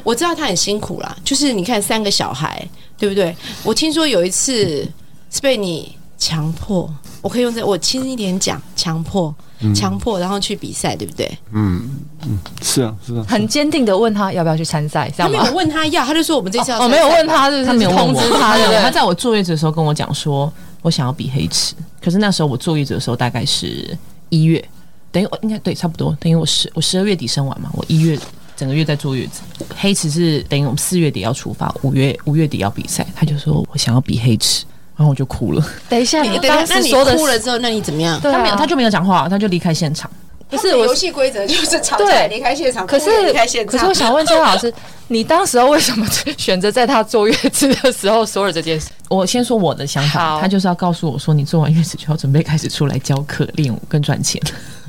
[SPEAKER 2] 我知道他很辛苦啦，就是你看三个小孩，对不对？我听说有一次是被你强迫，我可以用这我轻一点讲，强迫，强迫，然后去比赛，对不对？
[SPEAKER 4] 嗯嗯，是啊是啊，
[SPEAKER 5] 很坚定的问他要不要去参赛，这
[SPEAKER 2] 他
[SPEAKER 5] 样
[SPEAKER 2] 没
[SPEAKER 5] 吗
[SPEAKER 2] 有？问他要，他就说我们这次要
[SPEAKER 5] 哦，
[SPEAKER 2] 参
[SPEAKER 5] 没
[SPEAKER 2] 赛
[SPEAKER 5] 有问他，就是
[SPEAKER 3] 他没有问我
[SPEAKER 5] 通知他， 对不
[SPEAKER 3] 他
[SPEAKER 5] 对？
[SPEAKER 3] 在我坐月子的时候跟我讲说，我想要比黑池。可是那时候我坐月子的时候大概是一月，等于我应该对差不多，等于我十我十二月底生完嘛，我一月整个月在坐月子。黑池是等于我们四月底要出发，五月五月底要比赛，他就说我想要比黑池，然后我就哭了。
[SPEAKER 5] 等一下，你
[SPEAKER 2] 等一
[SPEAKER 5] 当
[SPEAKER 2] 下，那
[SPEAKER 5] 时
[SPEAKER 2] 你
[SPEAKER 5] 说的
[SPEAKER 2] 哭了之后，那你怎么样？
[SPEAKER 5] 对啊
[SPEAKER 3] 他没有，他就没有讲话，他就离开现场。
[SPEAKER 5] 不
[SPEAKER 2] 他
[SPEAKER 5] 是
[SPEAKER 2] 们
[SPEAKER 5] 我
[SPEAKER 2] 游戏规则就是吵架
[SPEAKER 5] 对
[SPEAKER 2] 也离开现场，
[SPEAKER 5] 可
[SPEAKER 2] 哭也
[SPEAKER 5] 是
[SPEAKER 2] 离开现场。
[SPEAKER 5] 可是我想问周老师， 你当时候为什么选择在他坐月子的时候说了这件事？
[SPEAKER 3] 我先说我的想法，
[SPEAKER 5] 好
[SPEAKER 3] 他就是要告诉我说，你做完月子就要准备开始出来教课、练舞跟赚钱。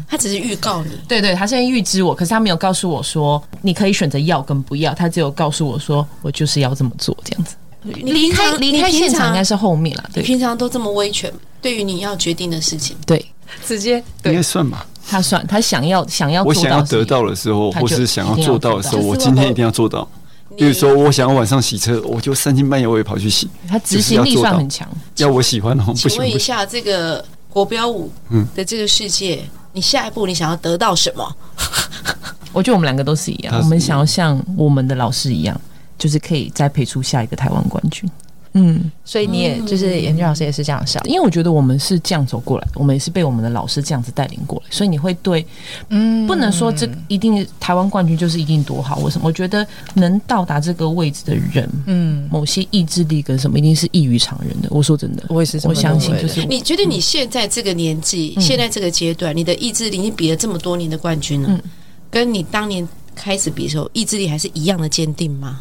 [SPEAKER 2] 他只是预告你，
[SPEAKER 3] 对对，他先预知我，可是他没有告诉我说你可以选择要跟不要，他只有告诉我说我就是要这么做这样子。
[SPEAKER 2] 你
[SPEAKER 3] 离开
[SPEAKER 2] 平常
[SPEAKER 3] 离开
[SPEAKER 2] 你平
[SPEAKER 3] 现场应该
[SPEAKER 2] 常
[SPEAKER 3] 是后面了，
[SPEAKER 2] 你
[SPEAKER 3] 对
[SPEAKER 2] 平常都这么威权，对于你要决定的事情，
[SPEAKER 3] 对，
[SPEAKER 5] 直接
[SPEAKER 4] 应
[SPEAKER 5] 对
[SPEAKER 4] 该，算吧。
[SPEAKER 3] 他算他想要想要
[SPEAKER 4] 我
[SPEAKER 3] 做
[SPEAKER 4] 想要
[SPEAKER 3] 的事
[SPEAKER 4] 得到的时候，
[SPEAKER 3] 他
[SPEAKER 4] 或
[SPEAKER 3] 就是
[SPEAKER 4] 想要做到的时
[SPEAKER 2] 一
[SPEAKER 4] 候，
[SPEAKER 2] 定要
[SPEAKER 4] 我
[SPEAKER 2] 做到
[SPEAKER 4] 今天一定要做到。比如说，我想要晚上洗车，我就三更半夜我也跑去洗。
[SPEAKER 3] 他执行力算很强。
[SPEAKER 4] 要我喜欢哦，不
[SPEAKER 2] 请
[SPEAKER 4] 行
[SPEAKER 2] 问一
[SPEAKER 4] 不行，
[SPEAKER 2] 下，这个国标舞
[SPEAKER 4] 嗯
[SPEAKER 2] 的这个世界，你下一步你想要得到什么？
[SPEAKER 3] 我觉得我们两个都是一样，
[SPEAKER 4] 他是
[SPEAKER 3] 我们想要像我们的老师一样，就是可以栽培出下一个台湾冠军。嗯，
[SPEAKER 5] 所以你也就是严俊老师也是这样想，
[SPEAKER 3] 因为我觉得我们是这样走过来，我们也是被我们的老师这样子带领过来，所以你会对
[SPEAKER 5] 嗯
[SPEAKER 3] 不能说这一定台湾冠军就是一定多好，为什么？我觉得能到达这个位置的人，
[SPEAKER 5] 嗯，
[SPEAKER 3] 某些意志力跟什么，一定是异于常人的。我说真的，
[SPEAKER 5] 我也是这么
[SPEAKER 3] 我相信
[SPEAKER 5] 认为
[SPEAKER 3] 就
[SPEAKER 5] 的
[SPEAKER 3] 是
[SPEAKER 2] 你觉得你现在这个年纪，现在这个阶段，你的意志力，你比了这么多年的冠军了，跟你当年开始比的时候，意志力还是一样的坚定吗？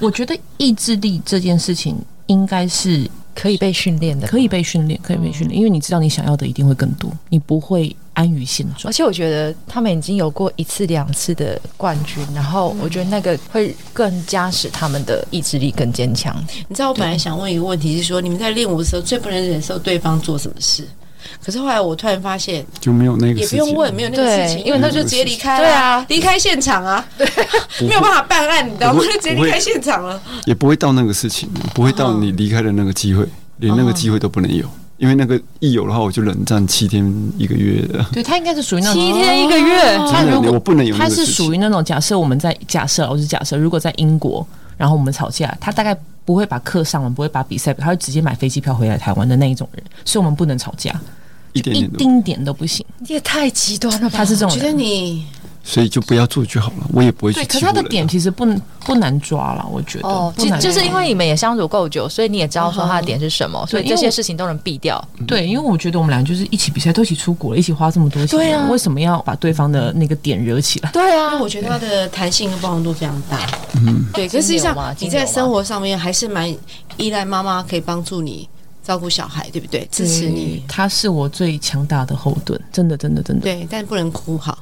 [SPEAKER 3] 我觉得意志力这件事情应该是
[SPEAKER 5] 可以被训练的，
[SPEAKER 3] 可以被训练，可以被训练，因为你知道你想要的一定会更多，你不会安于现状
[SPEAKER 5] 而。且我觉得他们已经有过一次、两次的冠军，然后我觉得那个会更加使他们的意志力更坚强。
[SPEAKER 2] 你知道我本来想问一个问题是说，你们在练舞的时候最不能忍受对方做什么事？可是后来我突然发现，
[SPEAKER 4] 就没有那个
[SPEAKER 2] 也
[SPEAKER 4] 事
[SPEAKER 2] 不
[SPEAKER 4] 情。
[SPEAKER 2] 用问，没有那个事情，
[SPEAKER 5] 对
[SPEAKER 2] 因为他就直接离开了，
[SPEAKER 5] 对啊
[SPEAKER 2] 离开现场啊，对，没有办法办案，你知道吗
[SPEAKER 4] 不？会
[SPEAKER 2] 就直接离开现场啊了。
[SPEAKER 4] 也不会到那个事情，不会到你离开的那个机会，连那个机会都不能有。因为那个一有的话，我就冷战七天一个月的。
[SPEAKER 3] 对他应该是属于那种
[SPEAKER 5] 七天一个月
[SPEAKER 4] 哦
[SPEAKER 3] 他如果
[SPEAKER 4] 我不能有那
[SPEAKER 3] 他
[SPEAKER 4] 个事
[SPEAKER 3] 是
[SPEAKER 4] 情
[SPEAKER 3] 属于那种假设我们在假设，我是假设，如果在英国，然后我们吵架，他大概不会把课上完，不会把比赛，他会直接买飞机票回来台湾的那一种人，所以我们不能吵架，
[SPEAKER 4] 一点
[SPEAKER 3] 一
[SPEAKER 4] 点都，
[SPEAKER 3] 丁点都不行。
[SPEAKER 5] 你也太极端了吧？
[SPEAKER 3] 他是这
[SPEAKER 2] 我
[SPEAKER 3] 种
[SPEAKER 2] 觉得
[SPEAKER 3] 人。
[SPEAKER 2] 你
[SPEAKER 4] 所以就不要做就好了。我也不会去
[SPEAKER 3] 对，可
[SPEAKER 4] 欺负
[SPEAKER 3] 是他的
[SPEAKER 4] 人
[SPEAKER 3] 点其实不不难抓了，我觉得。
[SPEAKER 5] 哦，
[SPEAKER 3] 不
[SPEAKER 5] 就
[SPEAKER 3] 难抓
[SPEAKER 5] 就是因为你们也相处够久，所以你也知道说他的点是什么，所以这
[SPEAKER 3] 对因为
[SPEAKER 5] 些
[SPEAKER 3] 我
[SPEAKER 5] 事情都能避掉。
[SPEAKER 3] 对，因为我觉得我们俩就是一起比赛，都一起出国了，一起花这么多钱，
[SPEAKER 5] 对啊
[SPEAKER 3] 为什么要把对方的那个点惹起来？
[SPEAKER 5] 对啊
[SPEAKER 2] 那我觉得它的弹性跟包容度非常大。嗯，对。可是实际
[SPEAKER 5] 金牛嘛
[SPEAKER 2] 上，你
[SPEAKER 5] 金牛
[SPEAKER 2] 在
[SPEAKER 5] 嘛
[SPEAKER 2] 生活上面还是蛮依赖妈妈可以帮助你照顾小孩，对不对？支持你。
[SPEAKER 3] 他是我最强大的后盾，真的，真的，真的。
[SPEAKER 2] 对，但不能哭 好。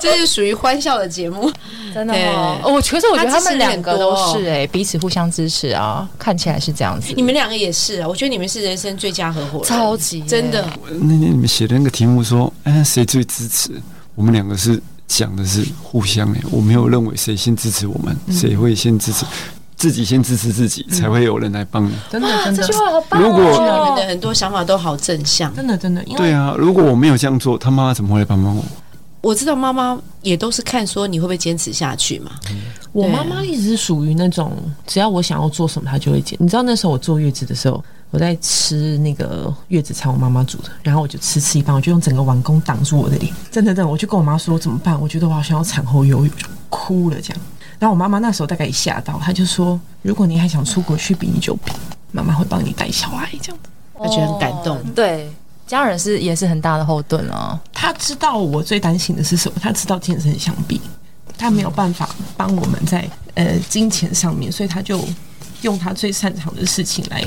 [SPEAKER 2] 这是属于欢笑的节目，
[SPEAKER 5] 真的哦
[SPEAKER 2] 吗
[SPEAKER 5] 我其实我觉得
[SPEAKER 2] 他
[SPEAKER 5] 他
[SPEAKER 2] 支持
[SPEAKER 5] 们两个
[SPEAKER 2] 你很
[SPEAKER 5] 都
[SPEAKER 2] 多哦
[SPEAKER 5] 是哎、彼此互相支持啊，看起来是这样子。
[SPEAKER 2] 你们两个也是啊。我觉得你们是人生最佳合伙人，
[SPEAKER 5] 超级耶
[SPEAKER 2] 真的。
[SPEAKER 4] 那天你们写的那个题目说，哎，谁最支持？我们两个是讲的是互相的，我没有认为谁先支持我们，
[SPEAKER 3] 嗯
[SPEAKER 4] 谁会先支持自己，先支持自己，才会有人来帮你。
[SPEAKER 3] 真的，真的，
[SPEAKER 5] 好棒哦
[SPEAKER 4] 如果
[SPEAKER 2] 你们的很多想法都好正向。
[SPEAKER 3] 真的，真的，因
[SPEAKER 4] 对
[SPEAKER 3] 为
[SPEAKER 4] 啊，如果我没有这样做，他妈妈怎么会来帮帮我？
[SPEAKER 2] 我知道妈妈也都是看说你会不会坚持下去嘛。
[SPEAKER 3] 我
[SPEAKER 2] 对
[SPEAKER 3] 妈妈一直是属于那种，只要我想要做什么，她就会接。你知道那时候我坐月子的时候，我在吃那个月子餐，我妈妈煮的，然后我就吃吃一半，我就用整个碗公挡住我的脸，真的，真的，我就跟我妈说怎么办？我觉得我好像要产后忧郁，我就哭了这样。然后我妈妈那时候大概也吓到，她就说：“如果你还想出国去比，你就比，妈妈会帮你带小孩这样。”
[SPEAKER 2] 我觉得很感动。
[SPEAKER 5] 对，家人是也是很大的后盾啊。
[SPEAKER 3] 他知道我最担心的是什么，他知道健身相比，他没有办法帮我们在呃金钱上面，所以他就用他最擅长的事情来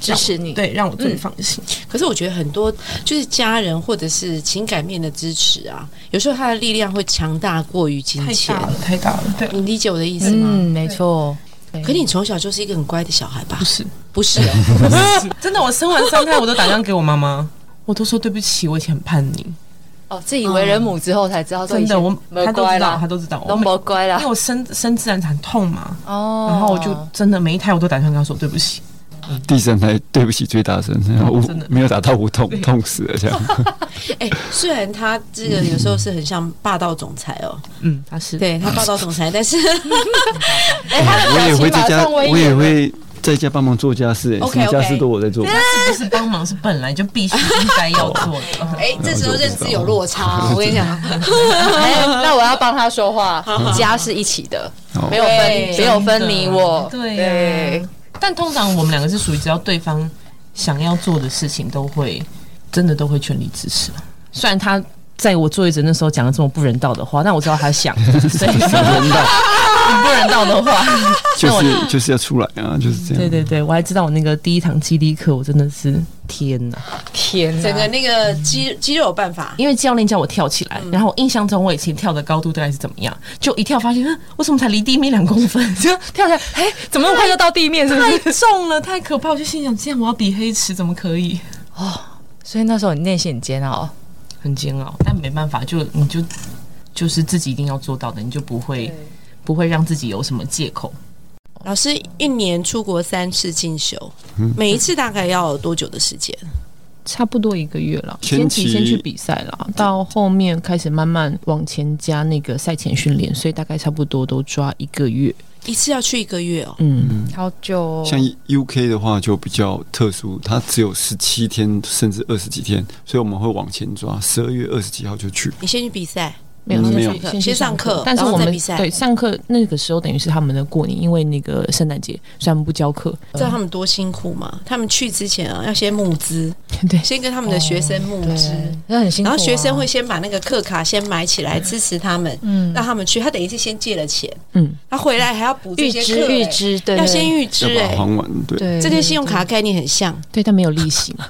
[SPEAKER 5] 支持你
[SPEAKER 3] 对，让我最放心。
[SPEAKER 2] 可是我觉得很多就是家人或者是情感面的支持啊，有时候他的力量会强大过于金
[SPEAKER 3] 太
[SPEAKER 2] 钱
[SPEAKER 3] 大。了，太大了，对，
[SPEAKER 2] 你理解我的意思吗？
[SPEAKER 5] 嗯，没错。
[SPEAKER 2] 可你从小就是一个很乖的小孩吧
[SPEAKER 3] 不？是，
[SPEAKER 2] 不是哦，
[SPEAKER 3] 真的，我生完三胎我都打电话给我妈妈。我都说对不起，我以前很叛逆，
[SPEAKER 5] 哦，自以为人母之后才知道说以前
[SPEAKER 3] 真的，我
[SPEAKER 5] 没
[SPEAKER 3] 她都
[SPEAKER 5] 乖
[SPEAKER 3] 知道，
[SPEAKER 5] 啦
[SPEAKER 3] 她，都知道，
[SPEAKER 5] 都
[SPEAKER 3] 我每
[SPEAKER 5] 没乖啦
[SPEAKER 3] 因为。我生生自然产痛嘛，
[SPEAKER 5] 哦，
[SPEAKER 3] 然后我就真的每一胎我都打算跟她说对不起，
[SPEAKER 4] 第三胎，对不起，最大声，然后无
[SPEAKER 3] 嗯哦真的
[SPEAKER 4] 没有打到无痛，痛死了这 样。
[SPEAKER 2] 哎、虽然他这个有时候是很像霸道总裁哦，
[SPEAKER 3] 嗯，她是
[SPEAKER 2] 对他霸道总裁，但是
[SPEAKER 5] 哎，他的
[SPEAKER 4] 我
[SPEAKER 5] 表
[SPEAKER 4] 也
[SPEAKER 5] 情
[SPEAKER 4] 会在
[SPEAKER 5] 马
[SPEAKER 4] 家，
[SPEAKER 5] 上威
[SPEAKER 4] 我也
[SPEAKER 5] 严了。
[SPEAKER 4] 会在家帮忙做家事、欸，什
[SPEAKER 2] OK，
[SPEAKER 4] 么家
[SPEAKER 2] OK
[SPEAKER 4] 事都我在 做。
[SPEAKER 3] 是不是帮忙是本来就必须应该要做 的？
[SPEAKER 2] 哎， 这时候认知有落差，我跟你讲，
[SPEAKER 5] 哎，那我要帮他说 话，家是一起的，没有分
[SPEAKER 2] 对
[SPEAKER 5] 没有分你我，
[SPEAKER 3] 对呀、但通常我们两个是属于只要对方想要做的事情，都会真的都会全力支持。虽然他在我坐月子那时候讲了这么不人道的话，但我知道他 想，所以
[SPEAKER 4] 什么人道，
[SPEAKER 3] 很不人道的话，
[SPEAKER 4] 就是就是要出来啊，就是这样。
[SPEAKER 3] 对对对，我还知道我那个第一堂基地课，我真的是天哪！
[SPEAKER 5] 天哪，
[SPEAKER 2] 整个那个肌肌肉有办法，
[SPEAKER 3] 因为教练叫我跳起来，然后我印象中我以前跳的高度大概是怎么样，就一跳发现，嗯，为什么才离地面两公分？ 就跳起来，哎、
[SPEAKER 5] 怎么那么快就到地面？是不
[SPEAKER 3] 太
[SPEAKER 5] 是？
[SPEAKER 3] 重了，太可怕！我就心想，啊这样我要比黑池怎么可以？
[SPEAKER 5] 所以那时候你内心很煎熬，
[SPEAKER 3] 很煎熬，但没办法，就你就就是自己一定要做到的，你就不会不会让自己有什么借口。
[SPEAKER 2] 老师一年出国三次进修，每一次大概要多久的时间？
[SPEAKER 6] 差不多一个月了，
[SPEAKER 4] 前
[SPEAKER 6] 前期
[SPEAKER 4] 期
[SPEAKER 6] 先去比赛了，到后面开始慢慢往前加那个赛前训练，所以大概差不多都抓一个月。
[SPEAKER 2] 一次要去一个月哦，
[SPEAKER 6] 嗯，
[SPEAKER 5] 好久
[SPEAKER 4] 像 UK 的话就比较特殊，它只有十七天甚至二十几天，所以我们会往前抓，十二月二十几号就去。
[SPEAKER 2] 你先去比赛，
[SPEAKER 6] 没有，
[SPEAKER 4] 嗯没有
[SPEAKER 6] 先去
[SPEAKER 2] 先
[SPEAKER 6] 去
[SPEAKER 2] 上课
[SPEAKER 6] 但是
[SPEAKER 2] 然后
[SPEAKER 6] 我
[SPEAKER 2] 再
[SPEAKER 6] 们
[SPEAKER 2] 比赛
[SPEAKER 6] 对上课那个时候等于是他们的过年，因为那个圣诞节虽然不教课，
[SPEAKER 2] 知道他们多辛苦
[SPEAKER 5] 嗯
[SPEAKER 2] 吗？他们去之前啊，要先募资，
[SPEAKER 6] 对
[SPEAKER 2] 先跟他们的学生募资。
[SPEAKER 5] 那很哦辛苦、
[SPEAKER 2] 然
[SPEAKER 5] 啊，
[SPEAKER 2] 后学生会先把那个课卡先买起来支持他们，嗯，让他们去。他等于是先借了钱，
[SPEAKER 6] 嗯，
[SPEAKER 2] 他回来还要补这
[SPEAKER 5] 预
[SPEAKER 2] 些
[SPEAKER 5] 知
[SPEAKER 2] 课、
[SPEAKER 5] 预知，对，
[SPEAKER 2] 要
[SPEAKER 5] 对
[SPEAKER 2] 先预知
[SPEAKER 4] 要把
[SPEAKER 2] 哎、
[SPEAKER 4] 它还完，对。
[SPEAKER 5] 对
[SPEAKER 2] 这跟信用卡概念很像。
[SPEAKER 6] 对，但没有利息嘛，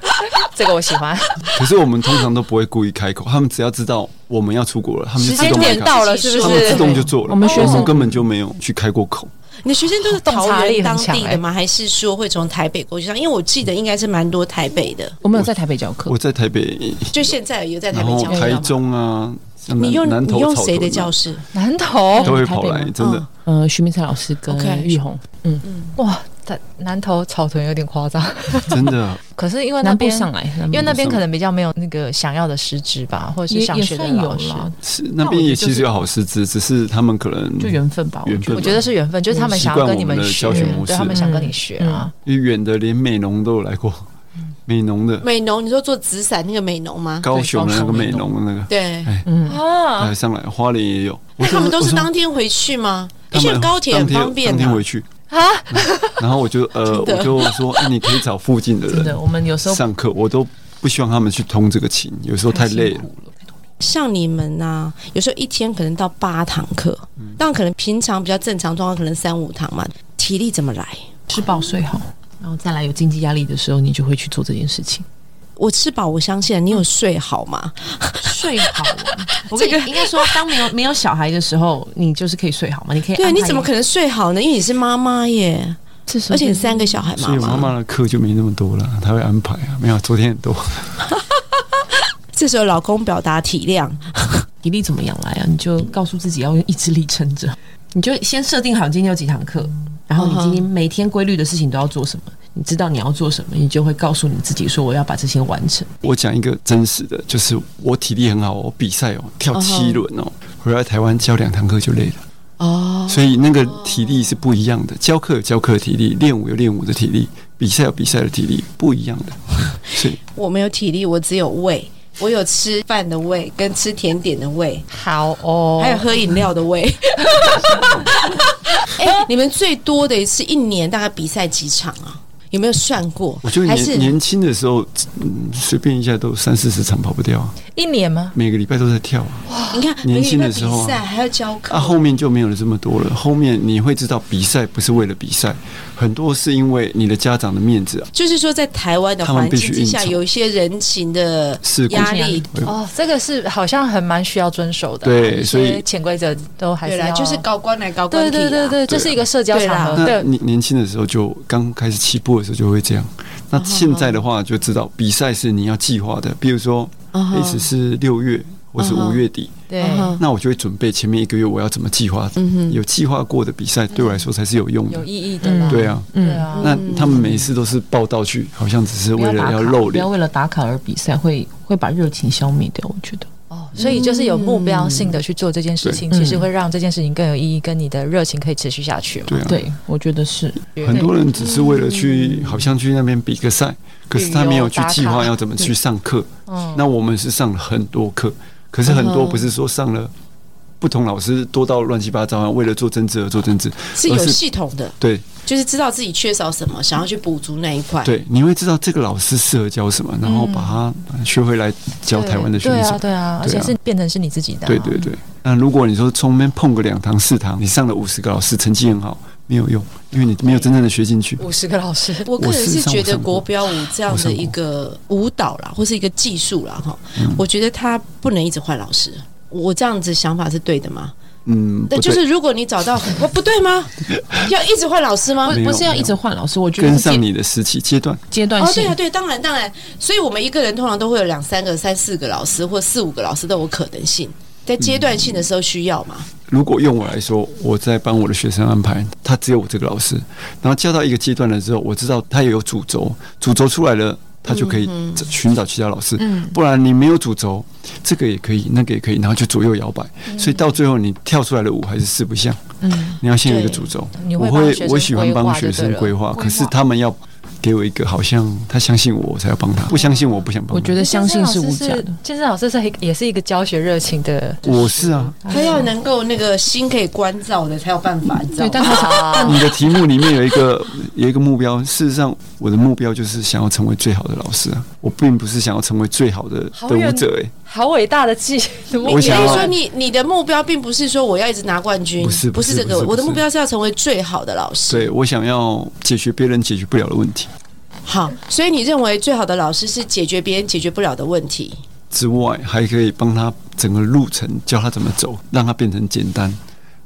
[SPEAKER 5] 这个我喜 欢，
[SPEAKER 4] 可是我们通常都不会故意开口，他们只要知道我们要出国了，他们就
[SPEAKER 5] 时
[SPEAKER 4] 自
[SPEAKER 5] 间
[SPEAKER 4] 动开
[SPEAKER 5] 点
[SPEAKER 4] 口
[SPEAKER 5] 到了，是不
[SPEAKER 4] 他们自
[SPEAKER 5] 是？
[SPEAKER 4] 动就做了。
[SPEAKER 6] 我们学生
[SPEAKER 4] 根本就没有去开过口，
[SPEAKER 2] 你的学生都是
[SPEAKER 5] 洞察
[SPEAKER 2] 桃
[SPEAKER 5] 力很
[SPEAKER 2] 园当
[SPEAKER 5] 强
[SPEAKER 2] 地
[SPEAKER 5] 哎
[SPEAKER 2] 的吗？还是说会从台北过去上？因为我记得应该是蛮多台北的，
[SPEAKER 4] 哦
[SPEAKER 6] 我们有在台北教课
[SPEAKER 4] 我，在台北，
[SPEAKER 2] 就现在有在台
[SPEAKER 4] 然
[SPEAKER 2] 北
[SPEAKER 4] 后
[SPEAKER 2] 教
[SPEAKER 4] 台
[SPEAKER 2] 课吗。
[SPEAKER 4] 中啊，像南
[SPEAKER 2] 你用
[SPEAKER 4] 南投
[SPEAKER 2] 你用
[SPEAKER 4] 草
[SPEAKER 2] 谁的
[SPEAKER 4] 屯啊
[SPEAKER 2] 教室？
[SPEAKER 5] 南投
[SPEAKER 4] 都会跑
[SPEAKER 6] 台
[SPEAKER 4] 来
[SPEAKER 6] 北，吗
[SPEAKER 4] 真的
[SPEAKER 2] 嗯。
[SPEAKER 6] 呃，徐明才老师跟
[SPEAKER 2] OK
[SPEAKER 6] 玉红，
[SPEAKER 5] 哇，南南投草屯有点夸张，
[SPEAKER 4] 真的，
[SPEAKER 5] 可是因为那
[SPEAKER 6] 南部
[SPEAKER 5] 边
[SPEAKER 6] 上来，
[SPEAKER 5] 因为那边
[SPEAKER 4] 上
[SPEAKER 5] 可能比较没有那个想要的师资吧，或者
[SPEAKER 6] 也
[SPEAKER 5] 是想
[SPEAKER 6] 也
[SPEAKER 5] 学的
[SPEAKER 6] 算有
[SPEAKER 5] 老师。
[SPEAKER 6] 啦，
[SPEAKER 4] 是那边也其实有好师资，只是他们可能
[SPEAKER 6] 就缘分吧，我
[SPEAKER 4] 缘
[SPEAKER 6] 觉得
[SPEAKER 4] 分
[SPEAKER 5] 我觉得是缘分，就是他们想要跟你学，
[SPEAKER 4] 习惯我们的教学模式
[SPEAKER 5] 对他们想跟你学啊。
[SPEAKER 4] 因为远的连美浓都有来过，美浓的
[SPEAKER 2] 美农，你说做纸伞那个美农吗？
[SPEAKER 4] 高雄的那个美浓的那个，
[SPEAKER 2] 对，
[SPEAKER 5] 啊，
[SPEAKER 4] 还上来花莲也有。
[SPEAKER 2] 那
[SPEAKER 4] 我
[SPEAKER 2] 哎他们都
[SPEAKER 4] 说
[SPEAKER 2] 是
[SPEAKER 4] 我说
[SPEAKER 2] 当天回去吗？
[SPEAKER 4] 他
[SPEAKER 2] 因为
[SPEAKER 4] 们
[SPEAKER 2] 高铁
[SPEAKER 4] 当
[SPEAKER 2] 很
[SPEAKER 4] 天
[SPEAKER 2] 方便
[SPEAKER 4] 当天
[SPEAKER 2] 啊
[SPEAKER 4] 回。去啊。然后我就呃，
[SPEAKER 2] 真的
[SPEAKER 4] 我就说，哎，你可以找附近的
[SPEAKER 3] 真的，
[SPEAKER 4] 人
[SPEAKER 3] 我们有时候
[SPEAKER 4] 上课，我都不希望他们去通这个勤，有时候太累了。
[SPEAKER 2] 像你们呐、有时候一天可能到八堂课，
[SPEAKER 4] 嗯
[SPEAKER 2] 但可能平常比较正常状况可能三五堂嘛，体力怎么来？
[SPEAKER 3] 吃饱睡好，
[SPEAKER 6] 然后再来有经济压力的时候，你就会去做这件事情。
[SPEAKER 2] 我吃饱，我相信啊你有睡好吗？
[SPEAKER 4] 嗯
[SPEAKER 3] 睡好 啊。我跟你应该说，当没有没有小孩的时候，你就是可以睡好嘛，你可以
[SPEAKER 2] 对啊，
[SPEAKER 3] 安排
[SPEAKER 2] 你怎么可能睡好呢？因为你是妈妈耶，
[SPEAKER 6] 这时候
[SPEAKER 2] 而且你三个小孩
[SPEAKER 4] 所以我妈
[SPEAKER 2] 妈，
[SPEAKER 4] 妈的课就没那么多了，她会安排啊。没有，昨天很多。
[SPEAKER 2] 这时候老公表达体谅，
[SPEAKER 3] 体力怎么样来啊？你就告诉自己要用意志力撑着，你就先设定好今天有几堂课，然后你今天每天规律的事情都要做什么，你知道你要做什么，你就会告诉你自己说我要把这些完成。
[SPEAKER 4] 我讲一个真实的，就是我体力很好哦，我比赛哦，跳七轮哦，回来台湾教两堂课就累了。哦，所以那个体力是不一样的，教课有教课的体力，练舞有练舞的体力，比赛有比赛的体力，不一样的。所以
[SPEAKER 2] 我没有体力，我只有胃，我有吃饭的胃，跟吃甜点的胃，
[SPEAKER 5] 好哦，
[SPEAKER 2] 还有喝饮料 的胃。哎、你们最多的一次一年大概比赛几场啊？有没有算过？
[SPEAKER 4] 我觉得
[SPEAKER 2] 还是
[SPEAKER 4] 年年轻的时候，嗯，随便一下都三四十场跑不掉啊，
[SPEAKER 5] 一年吗？
[SPEAKER 4] 每个礼拜都在跳啊。
[SPEAKER 2] 你看
[SPEAKER 4] 年轻的时候啊
[SPEAKER 2] 每个礼拜比赛还要教课，
[SPEAKER 4] 啊，后面就没有了这么多了。后面你会知道，比赛不是为了比赛，很多是因为你的家长的面子啊，
[SPEAKER 2] 就是说在台湾的
[SPEAKER 4] 他们
[SPEAKER 2] 环
[SPEAKER 4] 必
[SPEAKER 2] 境
[SPEAKER 4] 须
[SPEAKER 2] 之下，
[SPEAKER 4] 应酬
[SPEAKER 2] 有一些人情的
[SPEAKER 4] 是哎故
[SPEAKER 2] 压力。
[SPEAKER 5] 哦，这个是好像很蛮需要遵守的啊，
[SPEAKER 4] 对所以
[SPEAKER 5] 一些潜规则都还
[SPEAKER 2] 对
[SPEAKER 5] 是
[SPEAKER 2] 啦，
[SPEAKER 5] 要
[SPEAKER 2] 就是高官来高官
[SPEAKER 5] 对
[SPEAKER 2] 去
[SPEAKER 5] 对
[SPEAKER 2] 啊
[SPEAKER 5] 对对，这是一个社交场合，
[SPEAKER 4] 那
[SPEAKER 5] 哦对，
[SPEAKER 4] 你年轻的时候就刚开始起步的时候就会这样。那现在的话就知道，比赛是你要计划的，比如说
[SPEAKER 2] 嗯哼
[SPEAKER 4] 一直是六月或是五月底，
[SPEAKER 5] 对
[SPEAKER 2] 嗯哼
[SPEAKER 4] 那我就会准备前面一个月我要怎么计划。
[SPEAKER 2] 嗯
[SPEAKER 4] 有计划过的比赛对我来说才是有用
[SPEAKER 5] 有
[SPEAKER 4] 的。
[SPEAKER 5] 意义的啦，
[SPEAKER 4] 对啊，
[SPEAKER 5] 对啊，
[SPEAKER 2] 嗯
[SPEAKER 4] 那他们每一次都是报道去，好像只是
[SPEAKER 3] 不
[SPEAKER 4] 为
[SPEAKER 3] 打
[SPEAKER 4] 了
[SPEAKER 3] 卡，
[SPEAKER 4] 要露
[SPEAKER 3] 不
[SPEAKER 4] 脸
[SPEAKER 3] 要。为了打卡而比赛，会会把热情消灭掉。我觉得
[SPEAKER 5] 哦，所以就是有目标性的去做这件事情，其实会让这件事情更有意义，跟你的热情可以持续下去嘛。
[SPEAKER 4] 对啊，
[SPEAKER 3] 对，我觉得是
[SPEAKER 4] 很多人只是为了去，好像去那边比个赛，可是他没有去计划要怎么去上课。
[SPEAKER 5] 嗯，
[SPEAKER 4] 那我们是上了很多课，可是很多不是说上了不同老师多到乱七八糟，啊为了做政治而做政治。
[SPEAKER 2] 是有系统的，
[SPEAKER 4] 对
[SPEAKER 2] 就是知道自己缺少什么，想要去补足那一
[SPEAKER 5] 哎
[SPEAKER 2] 块。
[SPEAKER 4] 对，你会知道这个老师适合教什么，然后把它学回来教台湾的选
[SPEAKER 5] 嗯对
[SPEAKER 4] 手
[SPEAKER 5] 啊，。对啊，而且是变成是你自己的、啊
[SPEAKER 4] 对对对。那如果你说从面碰个两堂四堂，你上了五十个老师，成绩很好，没有用，因为你没有真正的学进去。
[SPEAKER 5] 五十个老师，
[SPEAKER 2] 我个人是觉得国标舞这样
[SPEAKER 4] 我
[SPEAKER 2] 的
[SPEAKER 4] 上过
[SPEAKER 2] 一个舞蹈啦，或是一个技术啦，哈，
[SPEAKER 4] 嗯
[SPEAKER 2] 我觉得它不能一直换老师。我这样子想法是对的吗？
[SPEAKER 4] 嗯，
[SPEAKER 2] 但
[SPEAKER 4] 不
[SPEAKER 2] 就
[SPEAKER 4] 对
[SPEAKER 2] 是如果你找 到，我不对吗？要一直换老师吗？
[SPEAKER 4] 没有
[SPEAKER 3] 哦不是要
[SPEAKER 4] 没有
[SPEAKER 3] 一直换老师，我觉得
[SPEAKER 4] 跟
[SPEAKER 3] 是阶
[SPEAKER 4] 上你的时期阶段。
[SPEAKER 3] 阶段
[SPEAKER 2] 哦，
[SPEAKER 3] 性
[SPEAKER 2] 对啊，对，当然当然，所以我们一个人通常都会有两三个、三四个老师或四五个老师都有可能性，在阶段性的时候需要嘛。
[SPEAKER 4] 如果用我来说，我在帮我的学生安排，他只有我这个老师，然后教到一个阶段了之后，我知道他也有主轴，主轴出来了，他就可以
[SPEAKER 5] 嗯
[SPEAKER 4] 寻找其他老师。不然你没有主轴，这个也可以，那个也可以，然后就左右摇摆，
[SPEAKER 5] 嗯
[SPEAKER 4] 所以到最后你跳出来的舞还是四不像。
[SPEAKER 3] 嗯
[SPEAKER 4] 你要先有一个主轴
[SPEAKER 5] 你，会
[SPEAKER 4] 我
[SPEAKER 5] 帮学生
[SPEAKER 4] 我喜欢帮
[SPEAKER 5] 规划就
[SPEAKER 4] 学生
[SPEAKER 5] 对了
[SPEAKER 4] 规划，可是他们要给我一个好像他相信我，我才要帮他；不相信我，我不想帮他。
[SPEAKER 3] 我觉得相信是无价的。
[SPEAKER 5] 健身老师是也是一个教学热情的，
[SPEAKER 4] 我是啊，
[SPEAKER 2] 他要能够那个心可以关照的才有办法，你知道
[SPEAKER 3] 对，
[SPEAKER 2] 吗？
[SPEAKER 3] 但 他
[SPEAKER 5] 啊
[SPEAKER 4] 你的题目里面有一个有一个目标，事实上我的目标就是想要成为最好的老师啊，我并不是想要成为最好的
[SPEAKER 5] 好
[SPEAKER 4] 的
[SPEAKER 5] 远
[SPEAKER 4] 舞者、欸，
[SPEAKER 5] 好伟大的技努力
[SPEAKER 2] 你可
[SPEAKER 4] 我想
[SPEAKER 2] 以
[SPEAKER 4] 要
[SPEAKER 2] 说你你的目标并不是说我要一直拿冠军，
[SPEAKER 4] 啊不是不是
[SPEAKER 2] 这个，
[SPEAKER 4] 不是
[SPEAKER 2] 我的
[SPEAKER 4] 不是
[SPEAKER 2] 目标是要成为最好的老师。
[SPEAKER 4] 对我想要解决别人解决不了的问题
[SPEAKER 2] 好，所以你认为最好的老师是解决别人解决不了的问题，
[SPEAKER 4] 之外，还可以帮他整个路程教他怎么走，让他变成简单，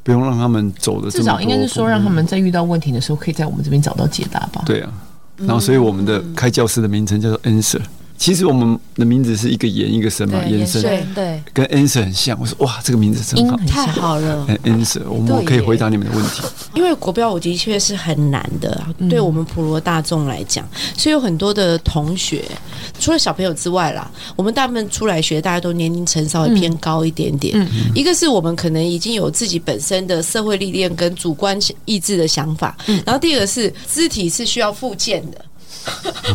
[SPEAKER 4] 不用让他们走的
[SPEAKER 3] 至少应该是说，让
[SPEAKER 4] 嗯
[SPEAKER 3] 他们在遇到问题的时候，可以在我们这边找到解答吧。
[SPEAKER 4] 对啊，
[SPEAKER 3] 嗯
[SPEAKER 4] 然后所以我们的开教室的名称叫做 Answer。其实我们的名字是一个延一个生嘛，
[SPEAKER 5] 对
[SPEAKER 4] 延伸
[SPEAKER 5] 对对，
[SPEAKER 4] 跟 Answer 很像。我说哇，这个名字真
[SPEAKER 3] 音
[SPEAKER 4] 好
[SPEAKER 3] 很
[SPEAKER 2] 太
[SPEAKER 3] 像，
[SPEAKER 2] 好了。
[SPEAKER 4] 哎，Answer，我
[SPEAKER 5] 对
[SPEAKER 4] 们可以
[SPEAKER 5] 耶
[SPEAKER 4] 回答你们的问题。
[SPEAKER 2] 因为国标舞的确是很难的，对我们普罗大众来讲，所以有很多的同学，除了小朋友之外啦，我们大部分出来学，大家都年龄层稍微偏高一点点。一个是我们可能已经有自己本身的社会历练跟主观意志的想法，然后第二个是肢体是需要复健的。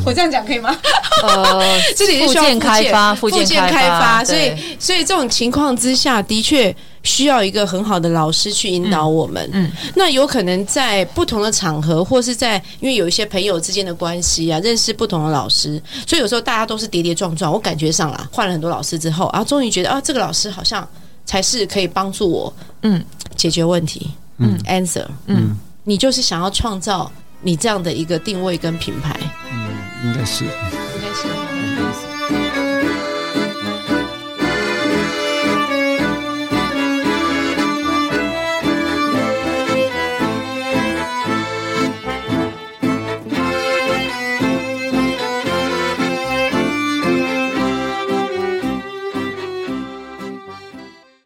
[SPEAKER 2] 我这样讲可以吗？
[SPEAKER 5] 呃，
[SPEAKER 2] 这里是需要
[SPEAKER 5] 附件开发
[SPEAKER 2] 附
[SPEAKER 5] 附
[SPEAKER 2] 件
[SPEAKER 5] 件
[SPEAKER 2] 开
[SPEAKER 5] 开发
[SPEAKER 2] 所以
[SPEAKER 5] 对
[SPEAKER 2] 所以这种情况之下，的确需要一个很好的老师去引导我们。嗯，那有可能在不同的场合，或是在因为有一些朋友之间的关系啊，认识不同的老师，所以有时候大家都是跌跌撞撞。我感觉上啦，换了很多老师之后，啊，终于觉得啊，这个老师好像才是可以帮助我，
[SPEAKER 3] 嗯，
[SPEAKER 2] 解决问题，嗯，answer，
[SPEAKER 4] 嗯，
[SPEAKER 2] 你就是想要创造你这样的一个定位跟品牌，
[SPEAKER 4] 嗯，应该是。
[SPEAKER 2] 应该是。